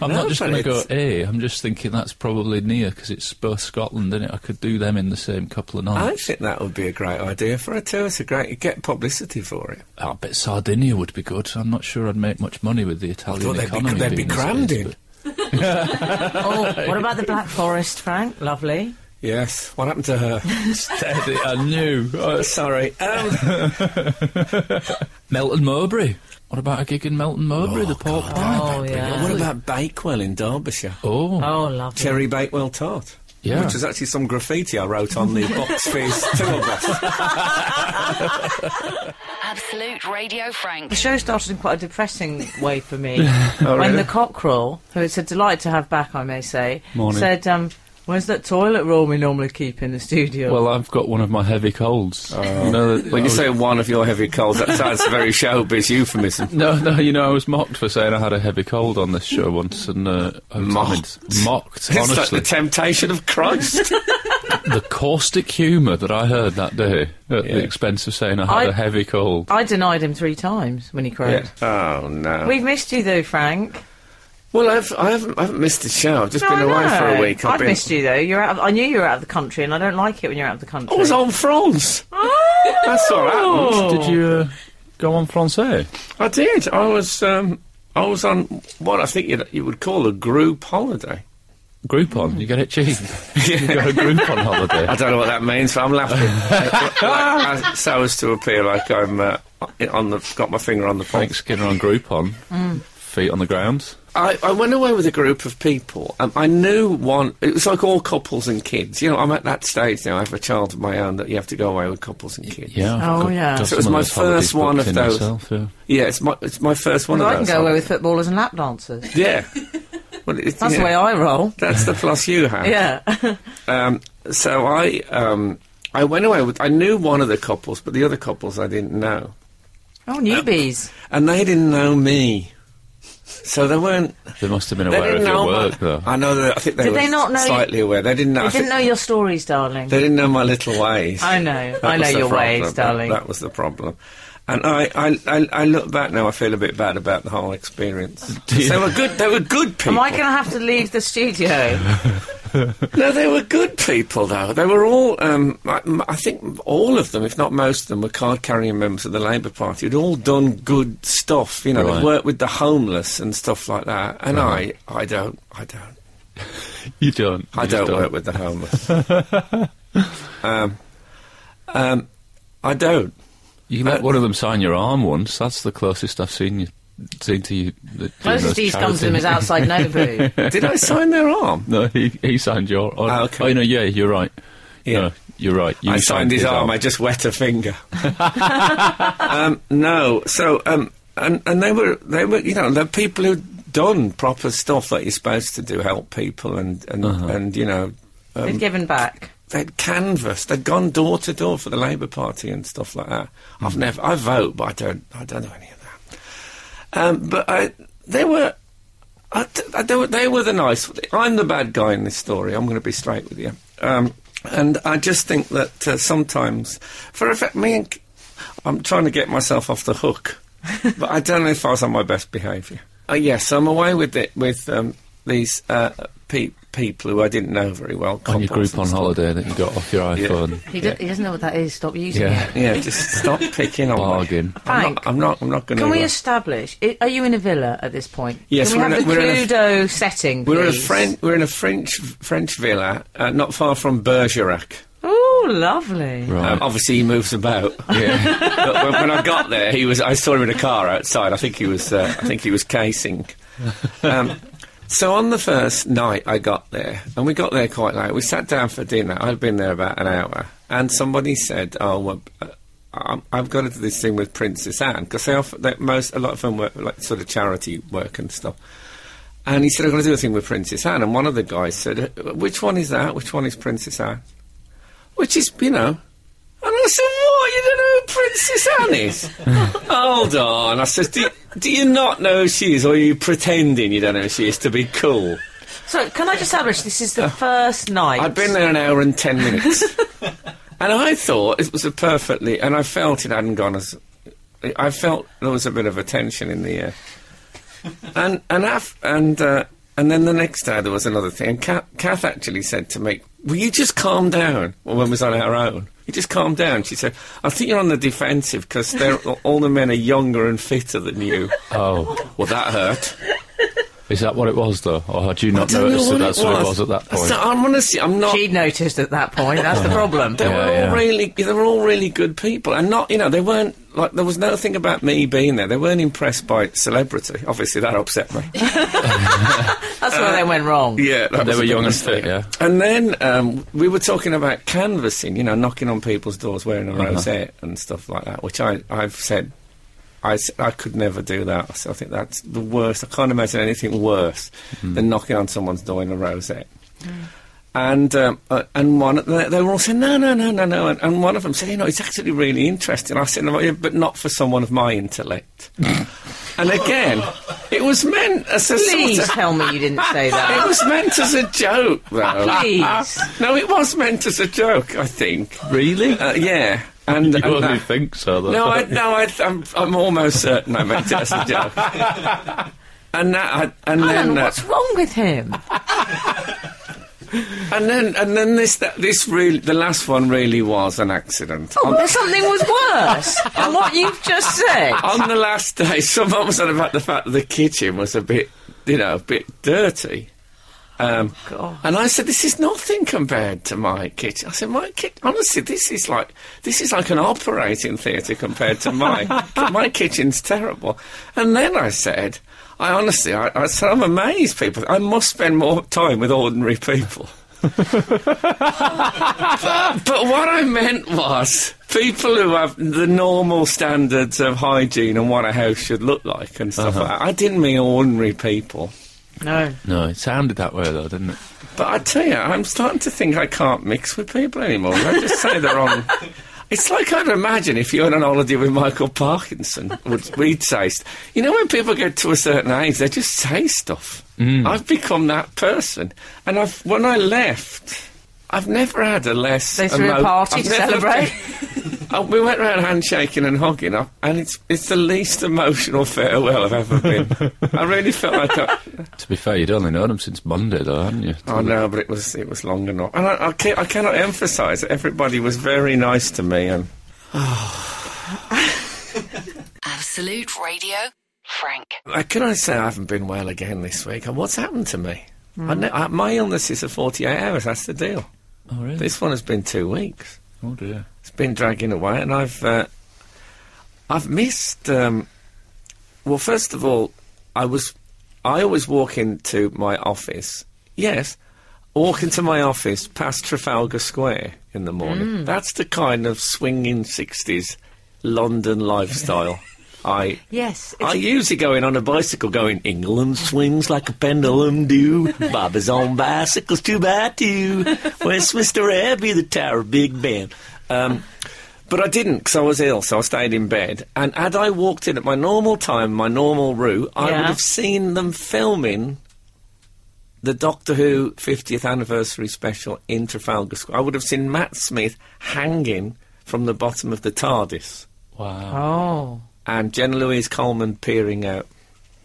I'm
No,
not just
but
going to go
it's-
A. I'm just thinking that's probably near because it's both Scotland, is it? I could do them in the same couple of
I
nights.
think that would be a great idea for a tour. It's a great you get publicity for it.
Oh, I bet Sardinia would be good. I'm not sure I'd make much money with the Italian
they'd be-
economy.
they'd be
being as it
crammed
is,
in.
but-
oh, what about the Black Forest, Frank? Lovely.
Yes. What happened to her?
Steady, I knew. Uh,
Sorry. Um,
Melton Mowbray. What about a gig in Melton Mowbray, the pork pie?
Oh, yeah.
what about Bakewell in Derbyshire?
Oh,
Oh, lovely.
Cherry Bakewell tart.
Yeah.
Which is actually some graffiti I wrote on the box face tour bus.
Absolute Radio Frank.
The show started in quite a depressing way for me
Oh,
when the cockerel, who it's a delight to have back, I may say,
Morning.
said, um, "Where's that toilet roll we normally keep in the studio?"
well, I've got one of my heavy colds. You know, that-
When
I
you
was-
say one of your heavy colds, that sounds a very showbiz euphemism.
No, no, you know, I was mocked for saying I had a heavy cold on this show once, and uh, I was-
Mocked?
mocked,
It's like
honestly.
the temptation of Christ.
the caustic humour that I heard that day at
Yeah.
the expense of saying I had
I-
a heavy cold.
I denied him three times when he cried.
Oh no.
We've missed you though, Frank.
well, I've I haven't, I haven't missed a show. I've just
No,
been
I
away
know.
for a week.
I've
been.
missed you though. You're out. Of, I knew you were out of the country, and I don't like it when you're out of the country.
I was on France.
Oh.
That's what happened.
Did you uh, go on Francais?
I did. I was um, I was on what I think you'd, you would call a group holiday.
Groupon, you get it cheap. you got a Groupon holiday.
I don't know what that means, but I'm laughing Like, as- so as to appear like I'm uh, on the got my finger on the pulse.
Frank Skinner on Groupon.
Mm.
Feet on the ground.
I, I went away with a group of people. Um, I knew one. It was like all couples and kids. You know, I'm at that stage now. I have a child of my own that you have to go away with couples and kids.
Yeah. I've
Oh,
got-
yeah.
got
So it was
some
my
those holidays
first one of
booked in
those.
myself, yeah.
Yeah, it's my it's my first one
Well, I
of
can
those.
go away with footballers and lap dancers.
Yeah. Well, it's,
That's
yeah.
the way I roll.
That's the plus you have.
Yeah.
Um, so I um, I went away with. I knew one of the couples, but the other couples I didn't know,
oh, newbies.
and they didn't know me. So they weren't.
They must have been
They
aware
didn't
of your
know
work,
my-
though.
I know that. I think they
Did
were
they not know you-
slightly aware. They didn't know.
I
I
didn't
think-
know your stories, darling.
They didn't know my little ways.
I know.
That
I know
was the
your
problem.
ways,
That-
darling.
That, was the problem. And I, I, I, I look back now. I feel a bit bad about the whole experience. 'Cause they were good. They were good people.
Am I going to have to leave the studio?
No, they were good people, though. They were all, um, I, m- I think all of them, if not most of them, were card carrying members of the Labour Party. Who'd all done good stuff, you know,
Right.
they worked with the homeless and stuff like that. And I, I don't, I don't,
You don't.
I
You
don't, work with the homeless. um, um, I don't.
You let
Uh,
one of them sign your arm once. That's the closest I've seen you seen to you. that-
Closest
doing
he's
those
come to him is
charities.
outside Nobu.
Did I sign their arm?
No, he, he signed your. Oh,
Ah, okay.
oh no, yeah, you're right.
Yeah.
No, you're right. You
I signed his arm. I just wet a finger. um, no, so um, and and they were they were you know they're people who'd done proper stuff that you're supposed to do, help people and and and you know Um,
They've given back.
they'd canvassed, they'd gone door to door for the Labour Party and stuff like that.
Hmm.
I've never I vote, but I don't I don't know any of that. Um, but I they were. I, I, they, were, they were the nice. I'm the bad guy in this story. I'm going to be straight with you. Um, and I just think that uh, sometimes, for effect, me and I'm trying to get myself off the hook, but I don't know if I was on my best behaviour. Uh, yes, I'm away with it with um, these uh, pe- people who I didn't know very well.
on your
couples
group
and
on
stuff.
holiday that you got off your iPhone.
He, do- he doesn't know what that is. Stop using
Yeah.
it.
Yeah, just stop picking on me.
Bargain.
I'm
Frank.
not. I'm not, I'm not going
Can we
to.
establish? i- Are you in a villa at this point?
uh, Yes,
Can we
we're
have
in a-
the
we're in a-
Cluedo setting.
We're in a
please?
French. We're in a French French villa, uh, not far from Bergerac.
Oh, lovely.
Right.
Um, obviously, he moves about. but when, when I got there, he was. I saw him in a car outside. I think he was. Uh, I think he was casing. Um, so on the first night I got there, and we got there quite late. We sat down for dinner. I'd been there about an hour, and somebody said, "Oh, well, uh, I'm, I've got to do this thing with Princess Anne because they offer they, most a lot of them work like sort of charity work and stuff." And he said, "I've got to do a thing with Princess Anne." And one of the guys said, "Uh, "Which one is that? Which one is Princess Anne?" Which is, you know, and I said, What? You don't know who Princess Anne is? Hold on. I said, do, you- do you not know who she is, or are you pretending you don't know who she is to be cool?
So, can I just establish this is the first night?
I'd Uh, been there an hour and ten minutes. and I thought it was a perfectly. And I felt it hadn't gone as. I felt there was a bit of a tension in the air. and and af- and uh, and then the next day there was another thing. And Kath, Kath actually said to me, "Will you just calm down?" Well, when we was on our own, you just calm down. She said, "I think you're on the defensive because they're all the men are younger and fitter than you."
Oh,
Well, that hurt.
is that what it was though, or had you not
Don't know
noticed that
what
that's what it was at that
I
point?
said, I'm honestly, I'm not.
She'd noticed at that point. That's the problem.
They were all
yeah.
really, they were all really good people, and not, you know, they weren't like there was no thing about me being there. They weren't impressed by celebrity. Obviously, that upset me.
That's where they went wrong.
yeah, that
They
was
were
a big
young and
mistake.
fit, yeah.
And then um, we were talking about canvassing, you know, knocking on people's doors wearing a
Uh-huh.
rosette and stuff like that, which I, I've said. I, s- I could never do that. I s- I think that's the worst. I can't imagine anything worse
Hmm.
than knocking on someone's door in a rosette
Mm.
and um, uh, and one they, they were all saying no no no no no and, and one of them said you know it's actually really interesting I said "No, yeah, but not for someone of my intellect and again it was meant as a
Please
sort of-
tell me you didn't say
it
that.
was meant as a joke though
Please.
no it was meant as a joke I think
really?
uh, yeah and,
you
and
only
that-
think so. Though.
no, I, no, I, I'm, I'm almost certain I meant it as a joke. And that, I, and
Alan,
then uh,
what's wrong with him?
and then and then this that, this really the last one really was an accident.
Oh, well, something was worse than what you've just said.
on the last day, someone was on about the fact that the kitchen was a bit, you know, a bit dirty. Um,
God.
and I said, "This is nothing compared to my kitchen." I said, "My kitchen, honestly, this is like this is like an operating theatre compared to mine. my kitchen's terrible." And then I said, "I honestly, I, I said, I'm amazed, people. I must spend more time with ordinary people." Ah, But what I meant was people who have the normal standards of hygiene and what a house should look like and stuff like that. I didn't mean ordinary people.
No.
no, it sounded that way though, didn't it?
But I tell you, I'm starting to think I can't mix with people anymore. I just say the wrong. It's like I'd imagine if you went on holiday with Michael Parkinson, would, we'd say, st- you know, when people get to a certain age, they just say stuff. I've become that person, and I've when I left, I've never had a less.
They threw a
emo-
party
I've
to
never-
celebrate.
Oh, we went round handshaking and hogging up, and it's it's the least emotional farewell I've ever been. I really felt like I,
To be fair, you'd only known him since Monday, though, haven't you?
Oh no, but it was it was long enough, and I, I, ca- I cannot emphasise that everybody was very nice to me, and
Absolute Radio Frank.
uh, can I say I haven't been well again this week? And what's happened to me? I ne- I, my illnesses are forty eight hours. That's the deal.
Oh, really?
This one has been two weeks.
oh, dear.
It's been dragging away, and I've uh, I've missed. Um, well, first of all, I was I always walk into my office. Yes, walk into my office past Trafalgar Square in the morning. That's the kind of swinging sixties London lifestyle. I
Yes,
I usually go in on a bicycle going, England swings like a pendulum do. Bobby's on bicycles two by two. Westminster Abbey, the Tower of Big Ben. Um, but I didn't because I was ill, so I stayed in bed. And had I walked in at my normal time, my normal route, I
Yeah.
would have seen them filming the Doctor Who 50th anniversary special in Trafalgar Square. I would have seen Matt Smith hanging from the bottom of the TARDIS
Wow.
Oh.
and Jenna Louise Coleman peering out.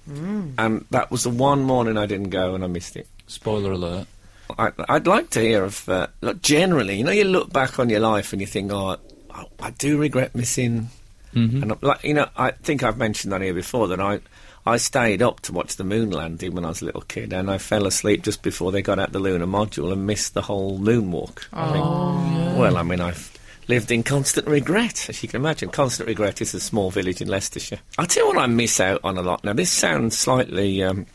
And that was the one morning I didn't go and I missed it.
Spoiler alert.
I, I'd like to hear if, uh, look, generally, you know, you look back on your life and you think, oh, I, I do regret missing. And I, like, you know, I think I've mentioned that here before that I, I stayed up to watch the moon landing when I was a little kid, and I fell asleep just before they got out the lunar module and missed the whole moonwalk. I think. Well, I mean, I've lived in constant regret, as you can imagine. Constant regret is a small village in Leicestershire. I tell you what, I miss out on a lot. Now, this sounds slightly. Um,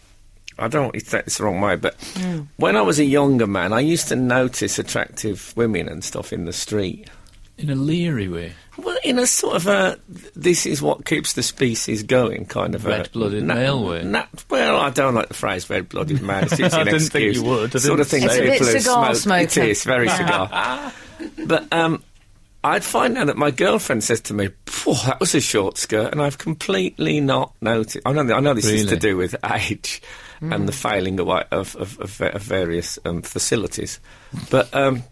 I don't want you to take this the wrong way, but when I was a younger man, I used to notice attractive women and stuff in the street.
In a leery way.
Well, in a sort of a this is what keeps the species going kind of a-
Red-blooded
na-
male way.
na- well, I don't like the phrase red blooded man. It's, it's
I
an
didn't think
excuse.
you would. I
Sort of
didn't
thing
say
people who
it. It's a bit cigar
smoke. It
smoker.
is very cigar. but um, I'd find out that my girlfriend says to me, "Phew, that was a short skirt, and I've completely not noticed. I know, I know this is to
Really?
do with age and the
Mm.
failing away of, of, of, of various um, facilities. But um,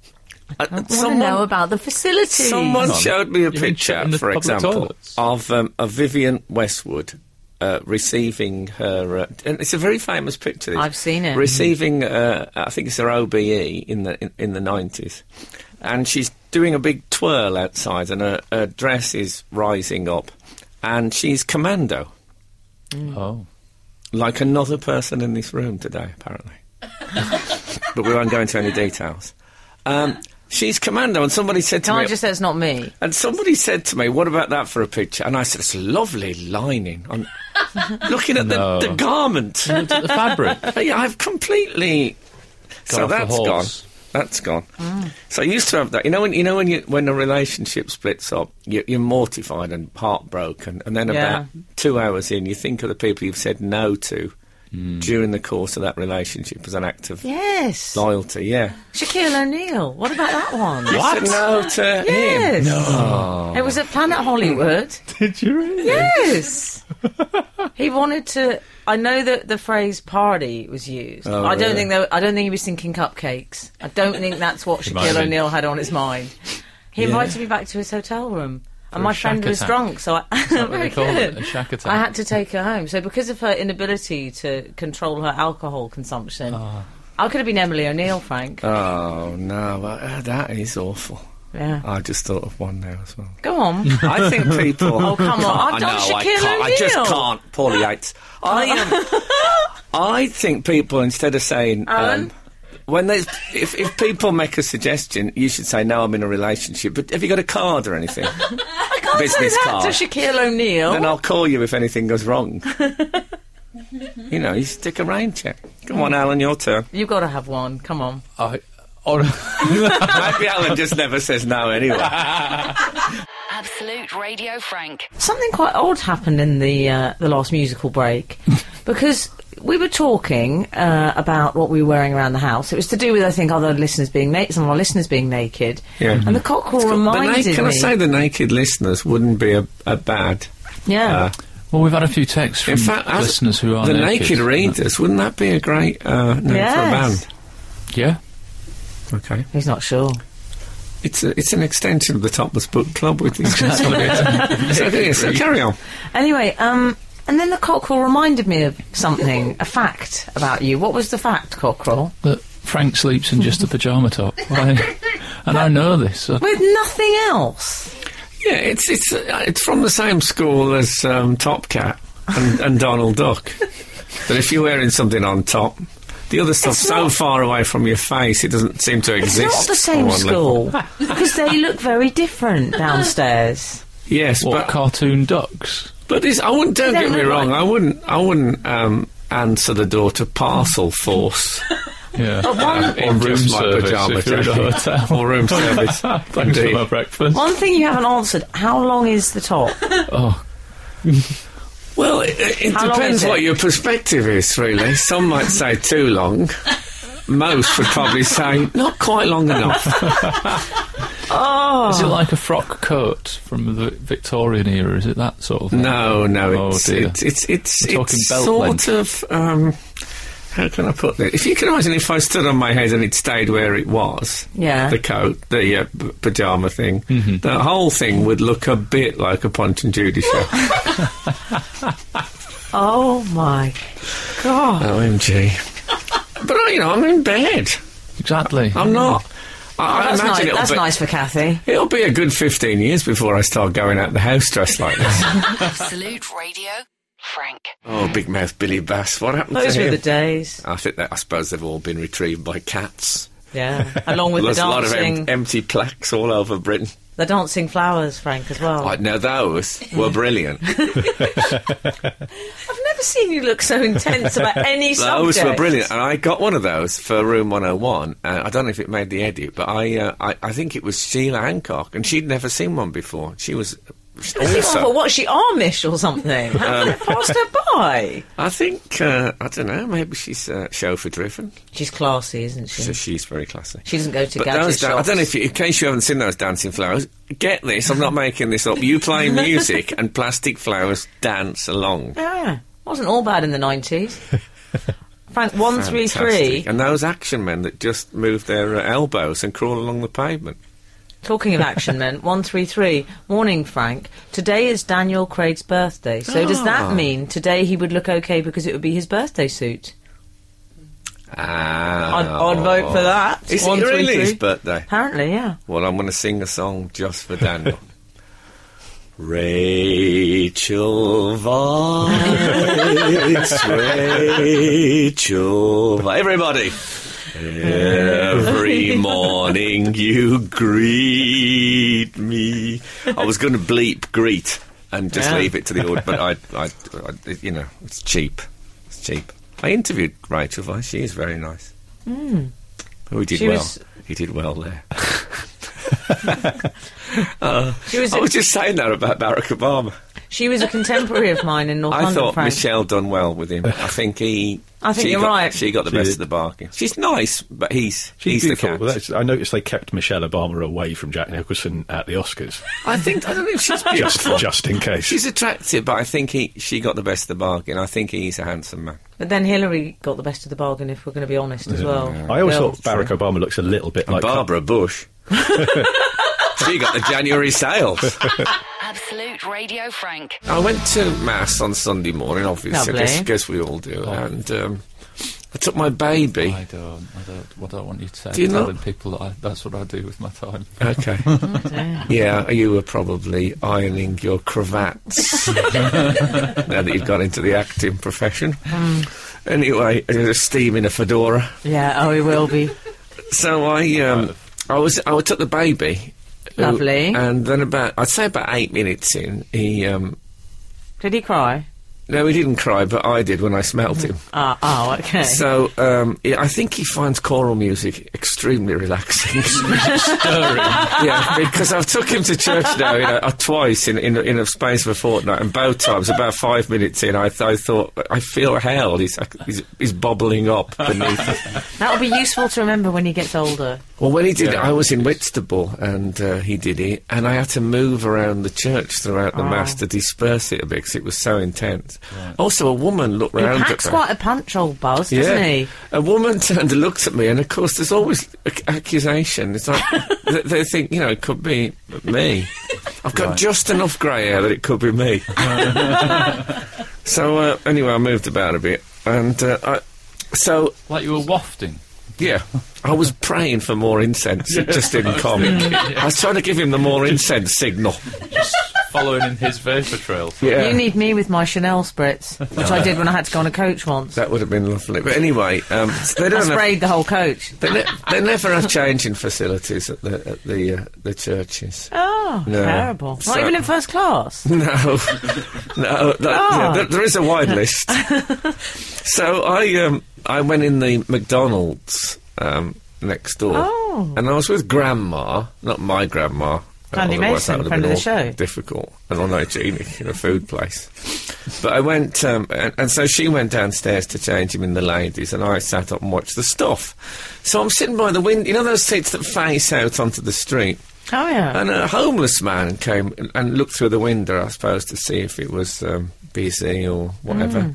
I
Someone know about the facilities.
Someone
on.
showed me a
mean
picture,
in the
for
public
example,
toilets?
of um, of Vivian Westwood uh, receiving her. Uh, and it's a very famous picture. this.
I've seen it.
Receiving, uh, I think it's her OBE in the in, in the nineties, and she's doing a big twirl outside, and her, her dress is rising up, and she's commando, Mm.
Oh.
like another person in this room today, apparently. but we won't go into any details. Um, she's commando, and somebody said to
Can
me,
I just say it's not me?
and somebody said to me, "What about that for a picture?" And I said, "It's a lovely lining." I'm looking at
No.
the, the garment.
Looked at the fabric.
Hey, I've completely. so
off the
that's gone.
horse.
That's gone. So I used to have that. You know when you know when you when a relationship splits up, you, you're mortified and heartbroken, and then
Yeah.
about two hours in, you think of the people you've said no to
Mm.
during the course of that relationship as an act of
Yes.
loyalty. Yeah,
Shaquille O'Neal. What about that one?
what? no to him.
Yes. No. It was at Planet Hollywood.
Did you really?
Yes. he wanted to. I know that the phrase "party" was used. I don't
really?
think though. I don't think he was thinking cupcakes. I don't think that's what
might have
Shaquille
been.
O'Neal had on his mind. He
Yeah.
invited me back to his hotel room, and
a
my friend
shack
was
attack.
drunk, so I.
that what they call it? A shack attack?
I had to take her home. So because of her inability to control her alcohol consumption, I could have been Emily O'Neil, Frank.
Oh no, uh, that is awful.
yeah.
I just thought of one now as well.
Go on.
I think people.
Oh come on! I've done
know, I
Shaquille
can't. I just
O'Neal.
can't. Paul Yates. I am. I think people instead of saying um,
Alan?
when they if if people make a suggestion, you should say no. I'm in a relationship. But have you got a card or anything?
I can't
business
say that
card.
to Shaquille O'Neal.
then I'll call you if anything goes wrong. you know, you stick a rain check. Come on, Alan, your turn.
You've got to have one. Come on.
I, or,
Maybe Alan just never says no anyway.
Absolute Radio Frank.
Something quite odd happened in the uh, the last musical break because we were talking uh, about what we were wearing around the house. It was to do with I think other listeners being naked, some of our listeners being naked.
Yeah.
And the cockerel
The na-
reminded
can I
me.
say the naked listeners wouldn't be a, a bad?
yeah.
uh,
well, we've had a few texts from
In fact, as-
listeners who are
the naked,
naked
readers. Wouldn't that be a great uh, name for a
Yes.
band?
Yeah.
Okay.
He's not sure.
It's a, it's an extension of the Topless Book Club with these guys on it. so, yeah, so carry on.
Anyway, um, and then the cockerel reminded me of something, a fact about you. What was the fact, cockerel?
That Frank sleeps in just a pyjama top. Why- and I know this. I-
With nothing else.
Yeah, it's it's uh, it's from the same school as um, Top Cat and, and Donald Duck. That if you're wearing something on top, the other stuff's
It's
so
not-
far away from your face it doesn't seem to
It's
exist.
not the
on
same
one level.
school because they look very different downstairs.
Yes,
What
but
cartoon ducks?
But this, I wouldn't. Don't
They
get me
don't look
wrong. I wouldn't. I wouldn't um, answer the door to parcel force.
Yeah.
um, in
or room
just my
service
pyjama
if you're in a
jacket.
hotel.
or room service.
Thanks for
Indeed.
my breakfast.
One thing you haven't answered: how long is the top?
Oh,
Well, it, it
How long
depends
is it?
what your perspective is, really. Some might say too long. Most would probably say not quite long enough.
is it like a frock coat from the Victorian era? Is it that sort of thing?
No, no,
Oh,
it's
dear.
it's it's it's,
We're talking
it's
belt
sort
length.
of. Um, how can I put this? If you can imagine, if I stood on my head and it stayed where it was,
Yeah.
the coat, the uh, p- pajama thing,
Mm-hmm.
the whole thing would look a bit like a Punch and Judy show.
Oh my god!
OMG! but uh, you know, I'm in bed.
Exactly.
I'm not. I, I
that's
imagine
nice.
it'll
That's
be,
nice for Kathy.
It'll be a good 15 years before I start going out the house dressed like this.
Absolute Radio Frank.
oh, big mouth Billy Bass. What happened
Those
to
were
him?
the days.
I think that I suppose they've all been retrieved by cats.
Yeah, along with the
There's a lot of
dancing,
em- empty plaques all over Britain.
the dancing flowers, Frank, as well.
Like, now those were brilliant.
I've never seen you look so intense about any
those
subject.
were brilliant, and I got one of those for Room 101. Uh, I don't know if it made the edit, but I, uh, I I think it was Sheila Hancock, and she'd never seen one before. She was
I think, oh,
also.
what's she Amish or something?
Um,
How did it pass her by?
I think uh, I don't know. Maybe she's uh, chauffeur driven,
She's classy, isn't she?
so she's very classy.
She doesn't go to
But
gadget
those, da- I
shops.
don't know if, you, in case you haven't seen those dancing flowers, get this. I'm not making this up. You play music and plastic flowers dance along.
Yeah, wasn't all bad in the nineties. Frank, one three three.
Fantastic. And those action men that just move their uh, elbows and crawl along the pavement.
Talking of action men, one three three. Morning, Frank. Today is Daniel Craig's birthday. So
Ah.
does that mean today he would look okay because it would be his birthday suit?
Ah,
I'd, I'd vote for that.
Is
One,
it
three,
really his
three.
birthday?
Apparently, yeah.
Well, I'm going to sing a song just for Daniel. Rachel Vice, Rachel Vice. Everybody! Every morning you greet me. I was going to bleep greet and just
Yeah.
leave it to the audience, but I, I, I, you know, it's cheap. It's cheap. I interviewed Rachel Vice. She is very nice. Mm. We did
Hmm. She
well.
was-
He did well there.
She was,
I
a,
was just saying that about Barack Obama.
she was a contemporary of mine in North
I
London,
thought
Frank.
Michelle done well with him. I think he.
I think
she
you're
got-
right.
She got the
She
best
did.
of the bargain. She's nice, but he's
She's
he's the
beautiful.
cat.
Well, that's- I noticed they kept Michelle Obama away from Jack Nicholson at the Oscars,
I think I don't know if she's
just
beautiful.
just in case.
She's attractive, but I think he she got the best of the bargain. I think he's a handsome man.
But then Hillary got the best of the bargain, if we're going to be honest as well.
I always
Bill.
thought Barack Obama looks a little bit like
Barbara Bush. she got the January sales.
Absolute Radio Frank.
I went to mass on Sunday morning, obviously. I guess,
Lovely.
guess we all do. And um, I took my baby.
I don't. I don't. What I don't want you to say.
Do you
telling
not?
people that I, that's what I do with my time.
Okay. yeah, you were probably ironing your cravats now that you've got into the acting profession. Anyway, uh, steam in a fedora.
Yeah, oh, he will be.
So I, um, I was, I took the baby. who-
Lovely.
And then about, I'd say about eight minutes in, he, um,
Did he cry?
no, he didn't cry, but I did when I smelt him.
Ah, oh, okay.
So um, yeah, I think he finds choral music extremely relaxing. yeah, because I've took him to church now in a, uh, twice in, in, a- in a space of a fortnight, and both times, about five minutes in, I, th- I thought I feel uh, hell. He's, he's, he's bobbling up beneath. us.
That'll be useful to remember when he gets older.
Well, when he did,
Yeah.
I was in Whitstable, and uh, he did it, and I had to move around the church throughout the mass to disperse it a bit because it was so intense. Also, a woman looked
He
round at
packs
me.
quite a punch, old Buzz, doesn't he?
A woman turned and looked at me, and of course, there's always ac- accusation. It's like th- they think, you know, it could be me. I've got just enough grey hair that it could be me. so uh, anyway, I moved about a bit, and uh, I, so
Like you were wafting.
yeah, I was praying for more incense. It just didn't come. I was trying to give him the more incense signal.
Just following in his vapour trail.
Yeah.
You need me with my Chanel spritz, which I did when I had to go on a coach once.
that would have been lovely. But anyway, um, so they
I
don't have-
sprayed the whole coach.
They, ne- they never have changing facilities at the at the uh, the churches.
Oh,
No.
terrible. Not
So-
even in first class.
No, no, that- yeah, th- there is a wide list. so I um I went in the McDonald's um next door,
Oh.
and I was with Grandma, not my grandma.
Sandy
otherwise
Mason,
that would have
friend
been
of the
all
show.
Difficult and unhygienic in a food place. But I went, um, and, and so she went downstairs to change him in the ladies, and I sat up and watched the stuff. So I'm sitting by the window, you know those seats that face out onto the street?
Oh, yeah.
And a homeless man came and- and looked through the window, I suppose, to see if it was um, busy or whatever.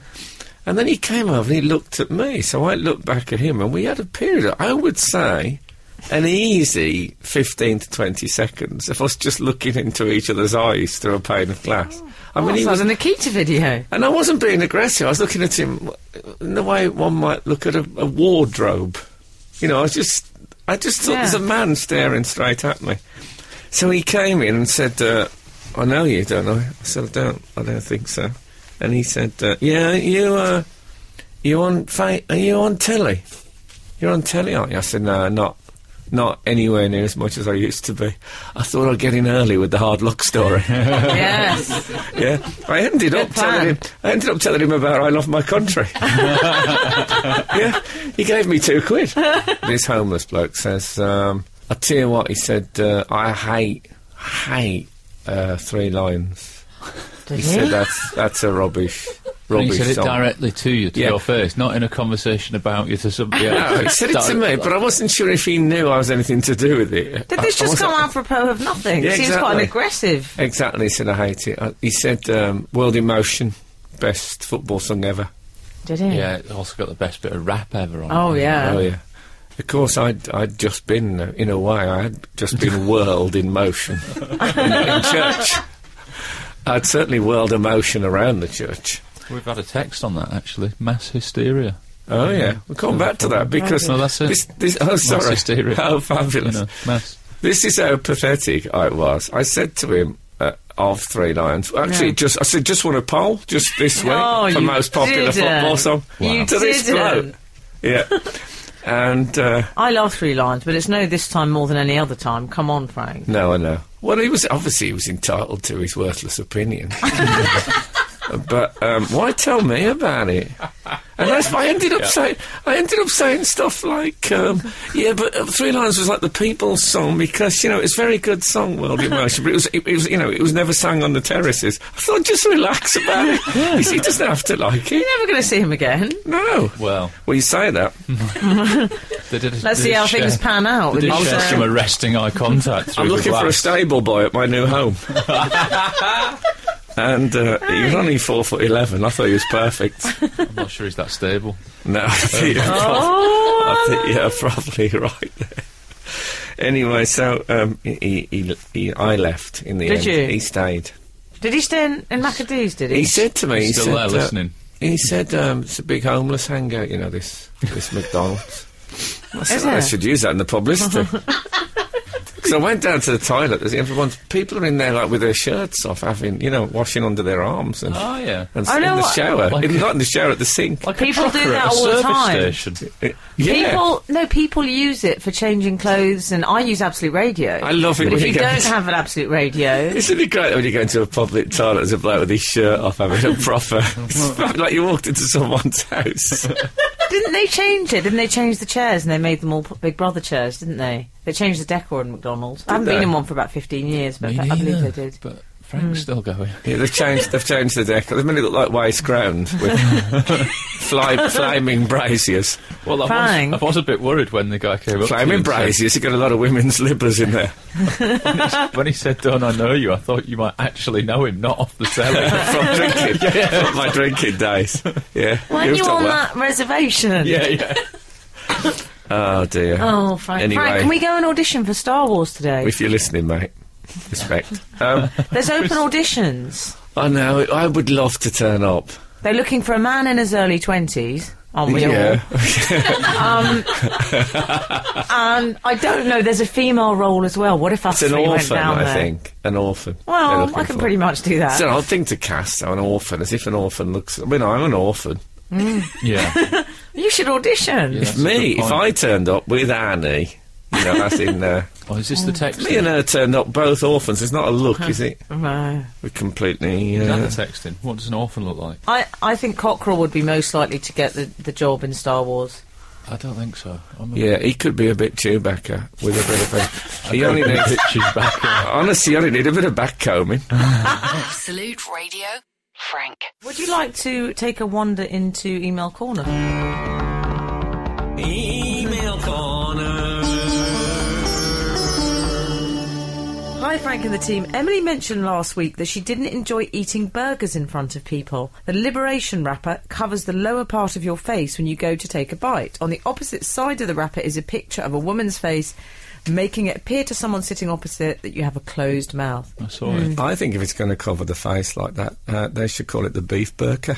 And then he came over and he looked at me. So I looked back at him, and we had a period, of, I would say, an easy 15 to 20 seconds of us just looking into each other's eyes through a pane of glass. I
Well,
mean,
it's
he
like
was
a Nikita video.
and I wasn't being aggressive. I was looking at him in the way one might look at a, a wardrobe. You know, I was just, I just thought
Yeah.
there's a man staring straight at me. So he came in and said, uh, "I know you, don't I?" I said, "I don't. I don't think so." And he said, uh, "Yeah, you, uh, you on? Fa- are you on telly? You're on telly, aren't you?" I said, "No, not." Not anywhere near as much as I used to be. I thought I'd get in early with the hard luck story.
yes.
Yeah, I ended up
Good plan.
telling him. I ended up telling him about I love my country. yeah, he gave me two quid. this homeless bloke says, um, "I tell you what," he said, uh, "I hate hate uh, three lines."
Did
He
he?
said, "That's that's a rubbish
He
rubbish
said it
song."
directly to you, to
Yeah.
your face, not in a conversation about you to somebody else.
No, he said it to me, but I wasn't sure if he knew I was anything to do with it.
Did
I-
this
I
just
wasn't-
come apropos of nothing?
Yeah,
Seems quite an
exactly.
aggressive.
Exactly, he said I hate it. I, he said, um, "World in Motion, best football song ever."
Did he?
Yeah, it's also got the best bit of rap ever on.
Oh,
it.
yeah.
Oh yeah. Of course, I'd I'd just been uh, in a way I had just been whirled in motion in, in church. I'd certainly whirled a motion around the church.
We've had a text on that actually. Mass hysteria.
Oh yeah, we'll come back to that because
No, that's it.
This, this, oh sorry,
hysteria.
how fabulous!
You know, mass.
This is how pathetic I was. I said to him. Uh, of three lions, actually,
Yeah.
just I said, just want a poll, just this week
Oh,
for
you
most popular
didn't.
football song.
You
to this bloke,
didn't.
yeah, and uh,
I love three lines, but it's no this time more than any other time. Come on, Frank.
No, I know. Well, he was obviously he was entitled to his worthless opinion. but um, why tell me about it? And that's, I ended up saying I ended up saying stuff like, um, "Yeah, but uh, Three Lions was like the people's song because you know it's a very good song, World in Motion, but it was it, it was you know it was never sung on the terraces." I thought just relax about it. You see, he doesn't have to like it.
You're never going to see him again.
No.
Well,
Well, you say that.
they did. A,
Let's
they
see
did
how
share-
things pan out.
They
with
did
these,
share
uh,
some arresting eye contact. through
I'm
the
looking for a
glass.
stable boy at my new home. and uh, he was only four foot eleven. I thought he was perfect.
I'm not sure he's that stable.
No, I think you're, prob- I
Oh,
think you're probably right there. Anyway, so um, he, he, he, I left in the
Did
end.
you?
He stayed.
did he stay in, in Macadee's, did he?
He said to me, he
Still
said,
there
uh,
listening.
he said, um, "It's a big homeless hangout, you know this this McDonald's." I, said,
Is
"Oh, I
it?
should use that in the publicity. Because I went down to the toilet. There's everyone's people are in there like with their shirts off, having you know washing under their arms and
Oh yeah.
and
I
in
know
the
what-
shower,
Like-
in, not in the shower at the sink.
Like
People
a
do
trucker at
that
a
all the
service
time.
Station.
Uh, yeah,
People, no, people use it for changing clothes, and I use Absolute Radio.
I love it
But
when
if
you
you
go-
don't have an Absolute Radio,
Isn't it great when you go into a public toilet as a bloke with his shirt off having a proper? It's like you walked into someone's house.
Didn't they change it? Didn't they change the chairs and they made them all p- Big Brother chairs, didn't they? They changed the decor in McDonald's. I haven't
they?
been in one for about 15 years, but
Me
I believe
neither,
they did. Hmm.
But Frank's still going.
Yeah, they've changed. They've changed the deck. They've made it look like waste ground with fly, flaming braziers.
Well, I
Frank.
was, I was a bit worried when the guy came up. to me
Flaming
and said-
braziers. You got a lot of women's lippers in there.
When he said, "Don't I know you?" I thought you might actually know him, not off the telly.
from drinking. from my drinking days. Yeah.
Weren't
You've
you
done
on
well.
that reservation?
yeah, yeah.
Oh dear.
Oh, Frank.
Anyway,
Frank, can we go and audition for Star Wars today?
if you're listening, mate. Respect. Um,
There's open auditions.
I know. I would love to turn up.
They're looking for a man in his early 20s, aren't we
yeah.
all? And I don't know, there's a female role as well. What if us
It's an
three went
orphan,
down
I
there?
think. An orphan. they're
Well,
looking
I can
for.
pretty much do that.
It's an odd thing to cast. I'm an orphan. As if an orphan looks. I mean, I'm an orphan.
Yeah.
you should audition.
Yeah. That's a
Me,
good
if
point.
I turned up with Annie, you know, that's in there.
Well, Oh, is this
Oh.
the text?
me and her turned up both orphans. It's not a look, is it?
Uh-huh. No.
We're completely.
Is
Uh,
that the texting? What does an orphan look like?
I, I think Cockrell would be most likely to get the, the job in Star Wars.
I don't think so. I'm a
yeah, he could be a bit Chewbacca with a bit of a. he only needs
bit back.
Honestly, I only need a bit of back combing.
Absolute Radio Frank.
Would you like to take a wander into Email Corner?
Email
Hi, Frank and the team. Emily mentioned last week that she didn't enjoy eating burgers in front of people. The Liberation wrapper covers the lower part of your face when you go to take a bite. On the opposite side of the wrapper is a picture of a woman's face, making it appear to someone sitting opposite that you have a closed mouth.
I saw it.
Mm.
I think if it's going to cover the face like that, uh, they should call it the beef burger.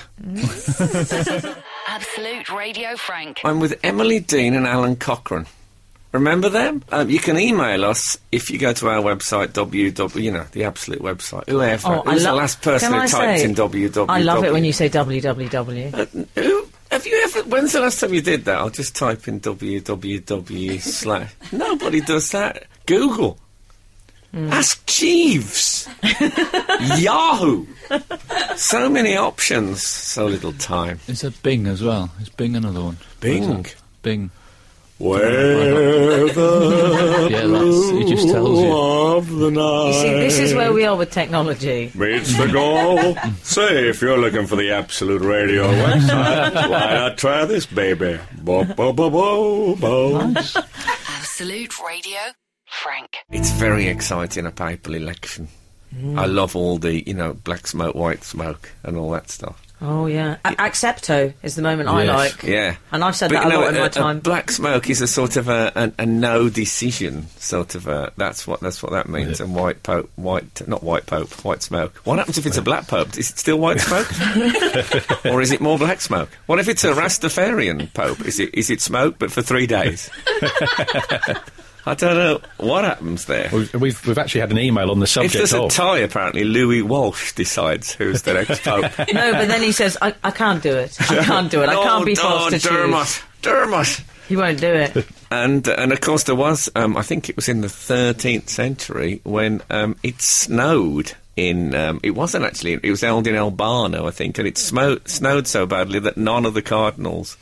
Absolute Radio Frank.
I'm with Emily Dean and Alan Cochrane. Remember them? Um, you can email us if you go to our website, www, you know, the absolute website. Whoever. Who's the
Oh, love-
last person
Can
who
I
typed
say-
in www?
I love it when you say www.
Uh, who, have you ever? When's the last time you did that? I'll just type in www slash. Nobody does that. Google. Ask Jeeves. Yahoo. So many options. So little time.
Is there Bing as well? Is Bing another one?
Bing.
Bing.
Where the
Yeah, that's. He just tells you.
of the night.
You see, this is where we are with technology.
Meets the goal. Say, if you're looking for the Absolute Radio website, why not try this, baby? Bo, bo, bo, bo, bo.
Absolute Radio Frank.
It's very exciting, a papal election. I love all the, you know, black smoke, white smoke, and all that stuff.
Oh, yeah. A- Accepto is the moment I
Yes.
like.
Yeah.
And I've said
But,
that
you
a
know,
lot in
a-
my
a
time.
black smoke is a sort of a, a, a no decision sort of a. That's what that's what that means. And white pope, white not white pope, white smoke. What happens if it's a black pope? Is it still white smoke, or is it more black smoke? What if it's a Rastafarian pope? Is it is it smoke but for three days? I don't know what happens there.
We've, we've, we've actually had an email on the
If
subject
there's a
of.
tie, apparently Louis Walsh decides who's the next pope.
no, but then he says, I, I can't do it. I can't do it. I can't be
no,
forced to choose.
Dermot, Dermot.
He won't do it.
And and of course there was. Um, I think it was in the 13th century when um, it snowed. In um, it wasn't actually. It was held in Albano, I think, and it smo- snowed so badly that none of the cardinals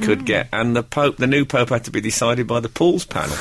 could
Hmm.
get. And the pope, the new pope, had to be decided by the pools panel.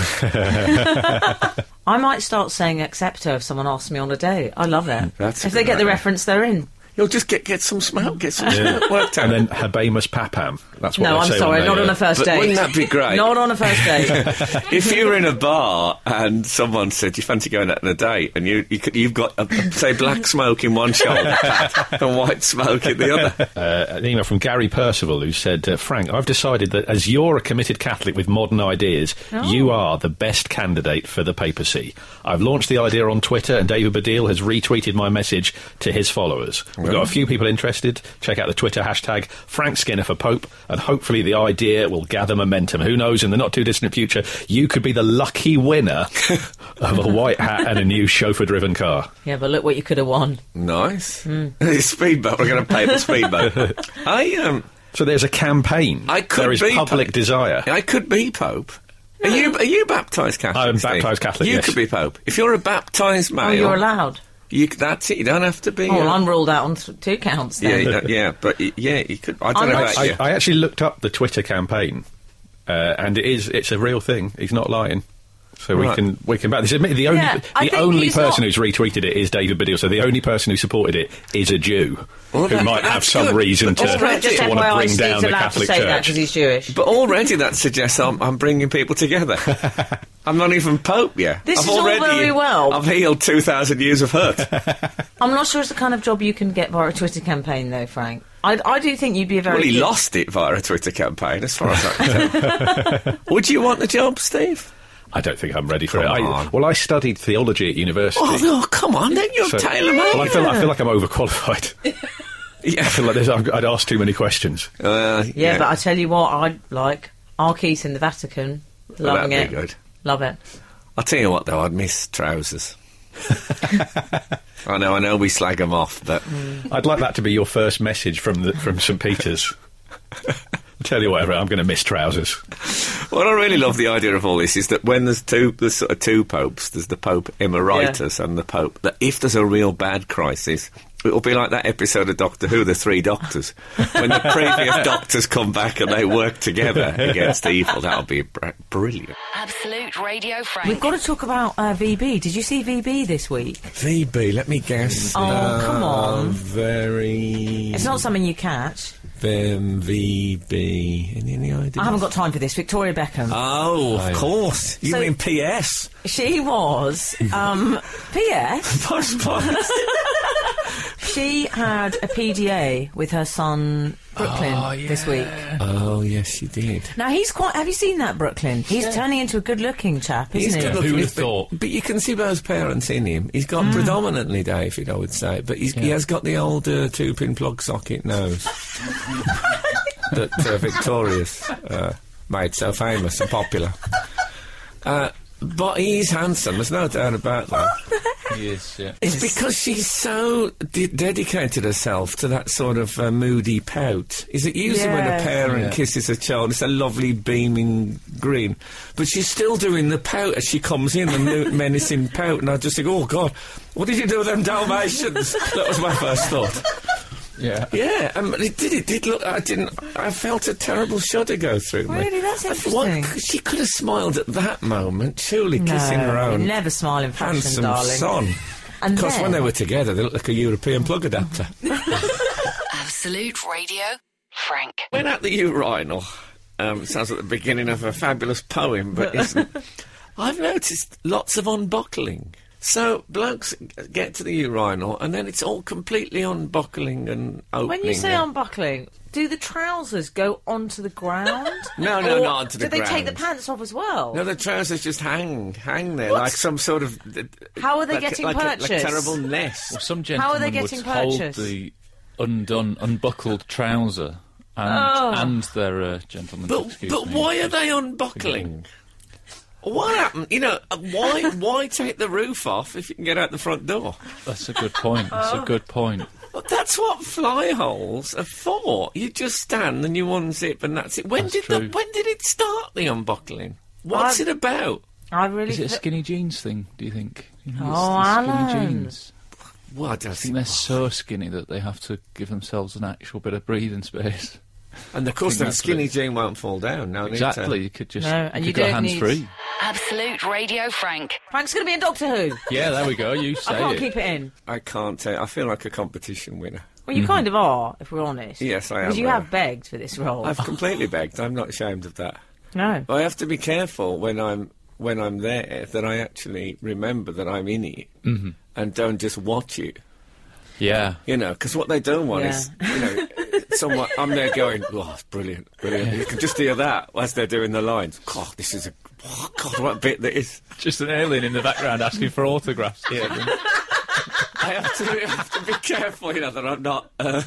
I might start saying accepto if someone asks me on a date. I love it.
That's a
if they
good
get the
idea.
reference, they're in.
You'll just get get some smoke, get some smoke worked out.
and then Habemus Papam. That's what
no,
they
I'm
say
sorry,
when
not
they,
on a first
But
date.
wouldn't that be great?
Not on a first date.
if you were in a bar and someone said you fancy going out on a date and you, you could, you've got a, say black smoke in one shoulder pad and white smoke in the other
uh, an email from Gary Percival who said, uh, Frank, I've decided that as you're a committed Catholic with modern ideas, you are the best candidate for the papacy. I've launched the idea on Twitter, and David Baddiel has retweeted my message to his followers. We've got a few people interested. Check out the Twitter hashtag Frank Skinner for Pope, and hopefully the idea will gather momentum. Who knows, in the not too distant future, you could be the lucky winner of a white hat and a new chauffeur driven car.
yeah, but look what you could have won.
nice
Hmm.
speedboat we're going to pay the speedboat I um
So there's a campaign.
I could
there is
be
public
Pope.
desire.
I could be pope are you are you baptized Catholic
I am
Steve?
baptised Catholic,
you
yes.
could be pope if you're a baptized male
Oh, you're allowed.
you c- that's it you don't have to be
Oh, well,
uh,
I'm ruled out on th- two counts
yeah,
then.
you don't- yeah, but y- yeah, you could. I don't
I'm
know
not
about
sure.
you.
I, I actually looked up the Twitter campaign, uh, and it is it's a real thing. He's not lying. So we
Right.
can we can back this. Admit the only
Yeah, I
the
think
only
he's
person
not-
who's retweeted it is David Baddiel. So the only person who supported it is a Jew who
that-
might have
that's
some
good.
reason to,
But
Just,
already-
to
just
want
FYI,
to bring
Steve's
down the
allowed
Catholic
to say that because
Church.
he's Jewish.
But already that suggests I'm, I'm bringing people together. I'm not even Pope yet.
This
I've
is all
already,
very well.
I've healed 2,000 years of hurt.
I'm not sure it's the kind of job you can get via a Twitter campaign, though, Frank. I, I do think you'd be a very
well, he
good-
lost it via a Twitter campaign, as far as I can tell. Would you want the job, Steve?
I don't think I'm ready for
Come
it. I,
on.
well, I studied theology at university.
Oh, no, come on, then you're
So-
tailor
well, I
made.
feel, I feel like I'm overqualified. I
Yeah.
feel like there's, I've, I'd asked too many questions.
Uh,
Yeah, but I tell you what, I like Arquise in the Vatican.
Well,
Loving
that'd be
it.
good.
Love it.
I'll tell you what, though, I'd miss trousers. I know, I know we slag them off, but
I'd like that to be your first message from the, from St Peter's. Tell you what, I'm going to miss trousers.
what I really love the idea of all this is that when there's two, there's sort of two popes. There's the Pope Emeritus and the Pope. That if there's a real bad crisis, it'll be like that episode of Doctor Who, the Three Doctors, when the previous doctors come back and they work together against evil. That'll be br- brilliant.
Absolute Radio Frank.
We've got to talk about uh, VB. Did you see VB this week?
VB, let me guess.
Oh,
Uh,
come on.
Very.
It's not
Mm.
something you catch.
um, VB. Any, any idea?
I haven't got time for this. Victoria Beckham.
Uh.
Oh, of course. You
So-
mean PS?
she was. Um, P.S.
Postponed.
She had a PDA with her son Brooklyn
Ah,
this week.
oh, yes, you did.
Now he's quite. Have you seen that Brooklyn? He's turning into a good-looking chap, isn't he?
good-looking,
Who would've
but-
thought?
But, you can see those parents in him. He's got predominantly David, I would say, but he's, he has got the old uh, two-pin plug socket nose that uh, Victoria's uh, made so famous and popular. Uh, but he's handsome. There's no doubt about that.
Yes, yeah.
It's because she's so de- dedicated herself to that sort of uh, moody pout. Is it usually when a
Yeah.
parent
Yeah.
kisses a child? It's a lovely beaming grin, but she's still doing the pout as she comes in, the mo- menacing pout. And I just think, oh God, what did you do with them Dalmatians? that was my first thought.
Yeah.
Yeah, um, it did. It did look. I didn't. I felt a terrible shudder go through me.
Really? That's
I thought, what-
interesting.
she could have smiled at that moment. Surely kissing her
No,
own
Uh, never smile in fashion,
handsome
darling.
son.
And
Because
then-
when they were together, they looked like a European plug adapter.
Absolute Radio Frank.
When at the urinal, um, sounds like the beginning of a fabulous poem, but isn't. I've noticed lots of unbuckling. So blokes g- get to the urinal, and then it's all completely unbuckling and opening.
When you say
and-
unbuckling, do the trousers go onto the ground?
No, no,
Or
not onto the
Do they take the
ground.
pants off as well?
No, the trousers just hang, hang there
What?
like some sort of. uh,
How are they
like a-
getting
like a- Like a
purchased?
terrible nest.
Well, some
How are
gentlemen
they
would
getting
hold
purchased?
the undone, unbuckled trouser and,
Oh.
and their uh, gentleman's
But
excuse
but
me.
why are they unbuckling? What happened? You know, uh, why why take the roof off if you can get out the front door?
That's a good point. That's
Oh.
a good point.
Well, that's what fly holes are for. You just stand and you unzip, and that's it. When
That's
did the
true.
when did it start? The unbuckling. What's
I've-
it about?
I really.
Is it a
thi-
skinny jeans thing, do you think? You know,
Oh,
it's the skinny
Alan.
jeans.
Well, I don't
I think
think.
they're so skinny that they have to give themselves an actual bit of breathing space.
And of course,
think
that
that's
skinny
what-
jean won't fall down. No need to-
Exactly. You could just
No, and
you
you
could go
don't
hands
need-
free.
Absolute Radio Frank.
Frank's going to be in Doctor Who.
Yeah, there we go. You
I
say
can't
it.
keep it in.
I can't. Tell, I feel like a competition winner.
Well, you kind of are, if we're honest.
Mm-hmm. Yes, I am,
Because you
yeah.
have begged for this role.
I've completely begged. I'm not ashamed of that.
No.
I have to be careful when I'm when I'm there that I actually remember that I'm in it and don't just watch it.
Yeah.
You know, because what they don't want is, you know, someone, I'm there going, oh, it's brilliant, brilliant. You can just hear that as they're doing the lines. God, this is a, oh, God, what bit that is.
Just an alien in the background asking for autographs. Yeah.
I have to, I have to be careful, you know, that I'm not uh,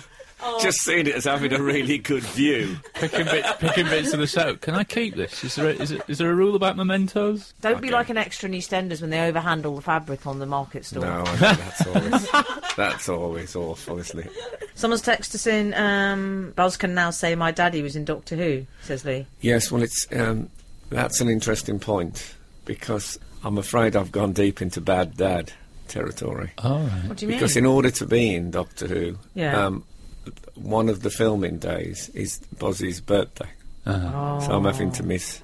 just seeing it as having a really good view.
picking, bits, picking bits of the soap. Can I keep this? Is there a, is, it, is there a rule about mementos?
Don't be like an extra in EastEnders when they overhandle the fabric on the market stall.
No, I know, that's always, that's always awful, isn't it?
Someone's texted us in, um, Buzz can now say my daddy was in Doctor Who, says Lee.
Yes, well, it's um, that's an interesting point because I'm afraid I've gone deep into bad dad territory.
All right.
What do you mean?
Because in order to be in Doctor Who,
Yeah.
um, one of the filming days is Bozzy's birthday,
Oh.
Uh-huh. so I'm having to miss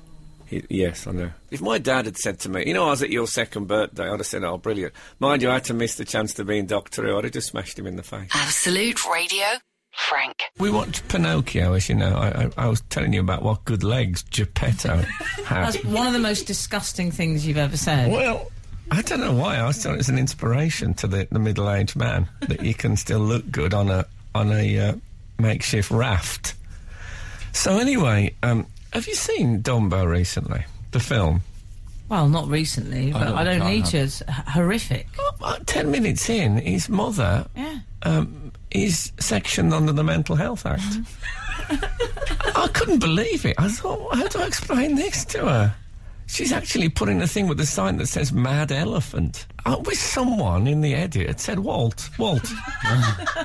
He- yes, I know. If my dad had said to me, you know, I was at your second birthday, I'd have said, oh, brilliant. Mind you, I had to miss the chance to be in Doctor Who. I'd have just smashed him in the face.
Absolute Radio, Frank.
We watched Pinocchio, as you know. I, I, I was telling you about what good legs Geppetto had.
That's one of the most disgusting things you've ever said.
Well, I don't know why. I thought it was an inspiration to the, the middle-aged man that you can still look good on a on a uh, makeshift raft. So anyway, um, have you seen Dumbo recently? The film.
Well, not recently, but
don't
I don't
think I
need
have.
to. It's h- horrific.
Uh, Ten minutes in, his mother
Yeah.
um, is sectioned under the Mental Health Act. I couldn't believe it. I thought, how do I explain this to her? She's actually putting a thing with a sign that says "Mad Elephant." I wish someone in the edit had said, "Walt, Walt,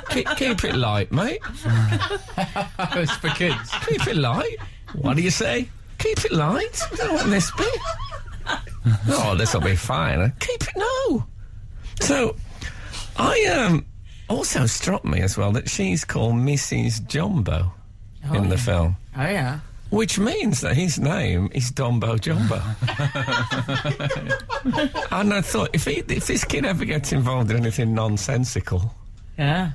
keep, keep it light, mate.
Oh, it's for kids.
Keep it light. What do you say? Keep it light. I don't want this bit. oh, this will be fine. Keep it no. So, I um also struck me as well that she's called Mrs. Jumbo
Oh,
in the
yeah.
film,
Oh, yeah.
which means that his name is Dumbo Jumbo. and I thought if he, if this kid ever gets involved in anything nonsensical,
Yeah.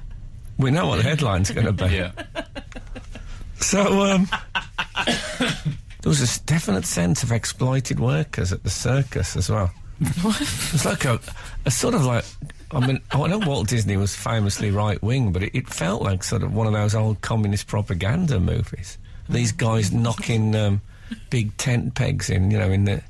we know what the headline's going to be. So, um, there was a definite sense of exploited workers at the circus as well. it's like a, a sort of like, I mean, I know Walt Disney was famously right wing, but it, it felt like sort of one of those old communist propaganda movies. These guys knocking um, big tent pegs in, you know, in the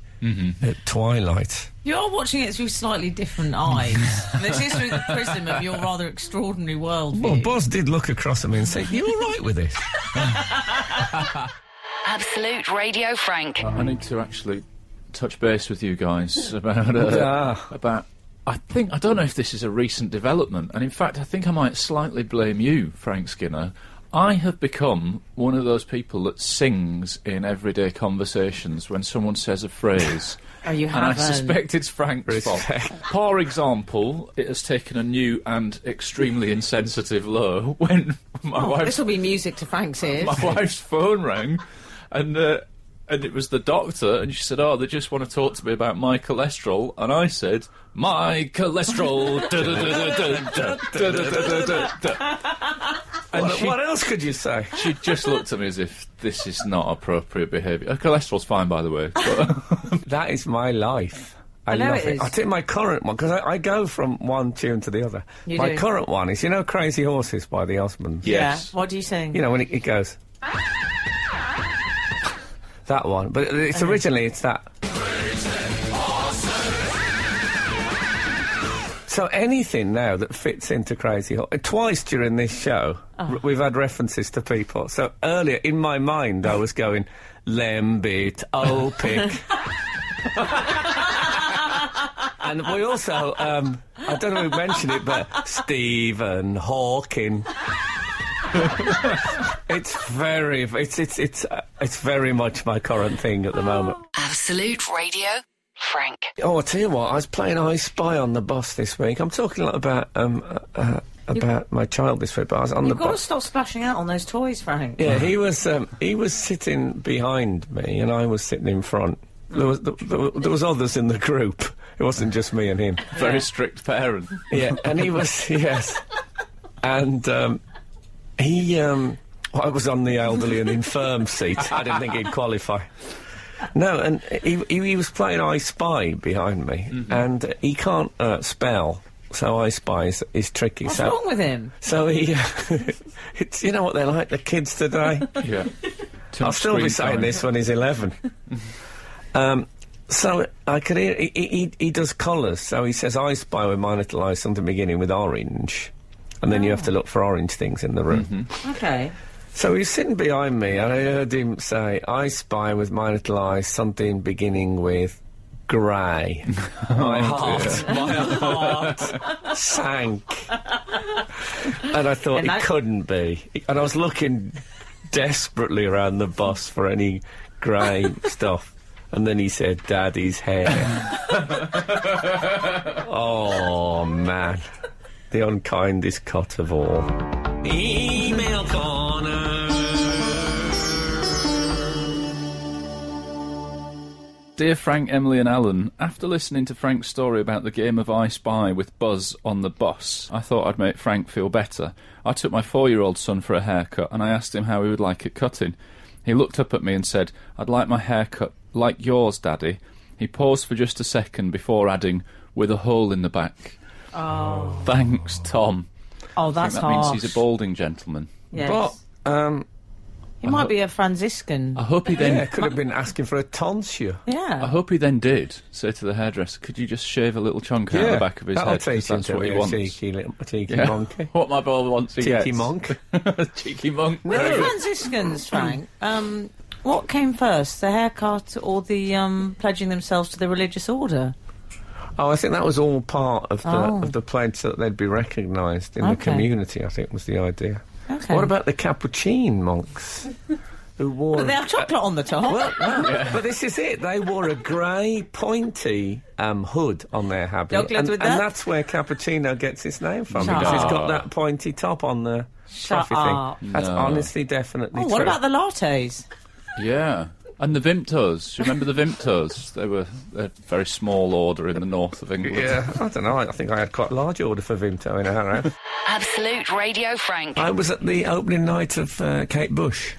at twilight.
You are watching it through slightly different eyes. this is through the prism of your rather extraordinary world.
Well, Boz did look across at me and say, "You all right with this?"
Absolute Radio, Frank.
I need to actually touch base with you guys about uh,
Ah.
about. I think I don't know if this is a recent development, and in fact, I think I might slightly blame you, Frank Skinner. I have become one of those people that sings in everyday conversations when someone says a phrase.
Oh, you
And I
haven't.
suspect it's Frank's fault. For example, it has taken a new and extremely insensitive low when my
Oh,
wife
this will be music to Frank's ears.
my wife's phone rang, and uh, and it was the doctor, and she said, "Oh, they just want to talk to me about my cholesterol," and I said, "My cholesterol." da-da-da-da-da, da-da-da-da-da-da." And
What,
she,
what else could you say?
she just looked at me as if this is not appropriate behaviour. Her cholesterol's fine, by the way. But
That is my life. I,
I know
love
it
it.
is.
I think my current one because I, I go from one tune to the other.
You
my
do.
current one is you know "Crazy Horses" by the Osmonds.
yes,
Yeah. What do you sing?
You know when it, it goes that one, but it's originally it's that. So anything now that fits into Crazy Horse. Twice during this show, r- we've had references to people. So earlier in my mind, I was going Lembit, oh pick. And we also, um, I don't know who mentioned it, but Stephen Hawking. it's very, it's it's it's uh, it's very much my current thing at the moment.
Absolute Radio, Frank.
Oh, I tell you what, I was playing I Spy on the bus this week. I'm talking a lot about um uh, uh, about my child this week, but I was on
You've
the
got to
bus.
stop splashing out on those toys, Frank.
Yeah, he was um, he was sitting behind me, and I was sitting in front. There was there, were- there was others in the group. It wasn't just me and him.
very strict parent.
Yeah, and he was yes, and um, he. Um, I was on the elderly and infirm seat. I didn't think he'd qualify. No, and he, he, he was playing I Spy behind me,
Mm-hmm.
and he can't uh, spell, so I Spy is, is tricky.
What's
so
wrong with him?
so he, it's you know what they're like the kids today.
Yeah,
I'll still be saying this when he's 11. um, so I could hear, he, he, he- he does colours. So he says, I spy with my little eyes something beginning with orange. And then you have to look for orange things in the room.
Okay.
So he's sitting behind me and I heard him say, I spy with my little eyes something beginning with grey. my heart, Oh, my heart sank. And I thought it
And that-
couldn't be. And I was looking desperately around the bus for any grey stuff. And then he said, Daddy's hair. oh, man. The unkindest cut of all. Email corner.
Dear Frank, Emily, and Alan, after listening to Frank's story about the game of I Spy with Buzz on the bus, I thought I'd make Frank feel better. I took my four year old son for a haircut and I asked him how he would like it cutting. He looked up at me and said, I'd like my haircut like yours, Daddy. He paused for just a second before adding, with a hole in the back.
Oh.
Thanks, Tom.
Oh, that's
I think that means
harsh.
he's a balding gentleman.
Yes.
But, um,
He might be a Franciscan.
I hope he then
Yeah, could have been asking for a tonsure.
Yeah.
I hope he then did say to the hairdresser, "Could you just shave a little chunk out of the back of his
that'll
head? 'cause
treat him
that's
to
what
be
he
a
wants."
Cheeky little cheeky
Yeah.
monkey.
What my boy wants, he
Cheeky
gets.
monk.
cheeky monk.
With the Franciscans, Frank, um, what came first, the haircut or the um, pledging themselves to the religious order?
Oh, I think that was all part of the
Oh.
of the pledge so that they'd be recognised in the
Okay.
community. I think was the idea.
Okay.
What about the Capuchin monks who wore?
But they have chocolate on the top.
Well, no, but this is it. They wore a grey pointy um, hood on their habit,
Chocolate
and,
with
and
that?
that's where cappuccino gets its name from
Shut
because it's got
up.
that pointy top on the
Shut
fluffy thing.
up.
That's
No.
honestly definitely
oh,
true.
what about the lattes?
Yeah. And the Vimtos. Do you remember the Vimtos? They were a very small order in the north of England.
yeah, I don't know. I think I had quite a large order for Vimto in eh? Harrow.
Absolute Radio Frank.
I was at the opening night of uh, Kate Bush.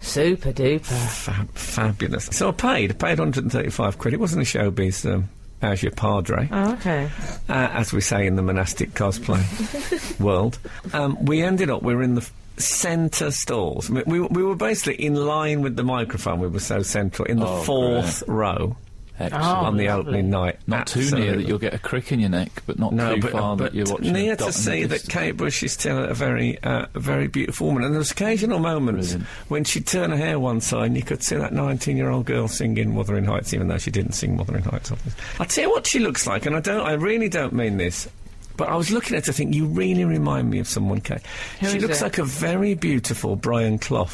Super duper.
Fab- fabulous. So I paid, I paid 135 quid. It wasn't a showbiz um, as your padre, uh,
Oh, okay.
as we say in the monastic cosplay world. Um, we ended up, we were in the f- centre stalls. We, we, we were basically in line with the microphone. We were so central in the
Oh,
fourth row
Excellent.
Oh. on the
lovely.
opening night.
Not too near that
Absolutely.
you'll get a crick in your neck, but not
No,
too
but,
far
but
that you're watching. a
near to
dot in the
see that
distance.
Kate Bush is still a very, uh, a very beautiful woman. And there was occasional moments
Brilliant.
when she'd turn her hair one side and you could see that 19-year-old girl singing Wuthering Heights, even though she didn't sing Wuthering Heights. Obviously. I'll tell you what she looks like, and I don't, I really don't mean this. But I was looking at her, think you really remind me of someone, Kate.
Who
she
is
looks
it?
like a very beautiful Brian Clough.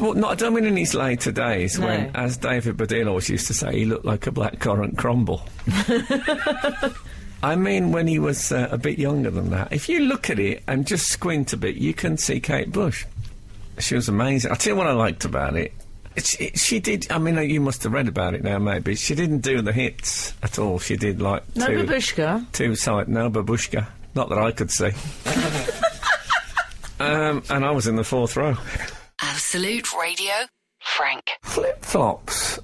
Well, no, I don't mean in his later days
No.
when, as David Baddiel always used to say, he looked like a blackcurrant crumble. I mean when he was uh, a bit younger than that. If you look at it and just squint a bit, you can see Kate Bush. She was amazing. I'll tell you what I liked about it. She, she did, I mean, you must have read about it now, maybe. She didn't do the hits at all. She did like
No
two,
babushka.
two side, no babushka. Not that I could see. um, and I was in the fourth row.
Absolute Radio Frank.
Flip flops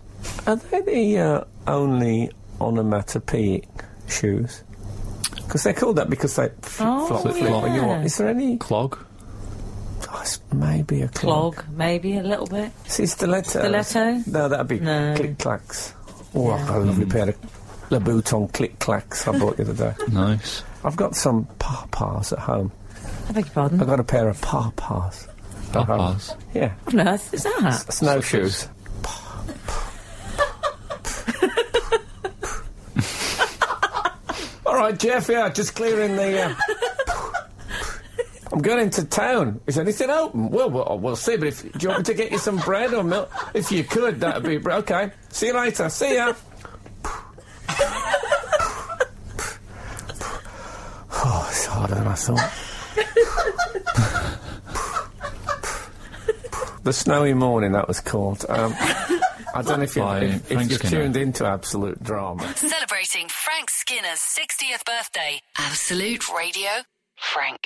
are they the uh, only onomatopoeic shoes? Because they're called that because they flip
Oh,
flop, flip
yeah.
on you. want. Is there any?
Clog.
Oh, it's maybe a clog.
Clog, maybe a little bit.
See, stiletto.
Stiletto?
No, that'd be
No.
click clacks. Oh, I've got a lovely pair of Louboutin click clacks I bought the other day.
Nice.
I've got some papas at home.
I beg your
I've
pardon.
got a pair of papas. at home.
Papas.
Yeah,
What on earth is that?
snowshoes. All right, Jeff, yeah, just clearing the. Uh, I'm going into town. Is anything open? Well, oh, we'll, we'll see. But if, do you want me to get you some bread or milk? If you could, that'd be br- okay. See you later. See ya. oh, it's harder than I thought. the snowy morning that was called. Um, I don't know if, you,
By
if,
Frank
if you've
Skinner.
tuned into absolute drama.
Celebrating Frank Skinner's 60th birthday. Absolute Radio Frank.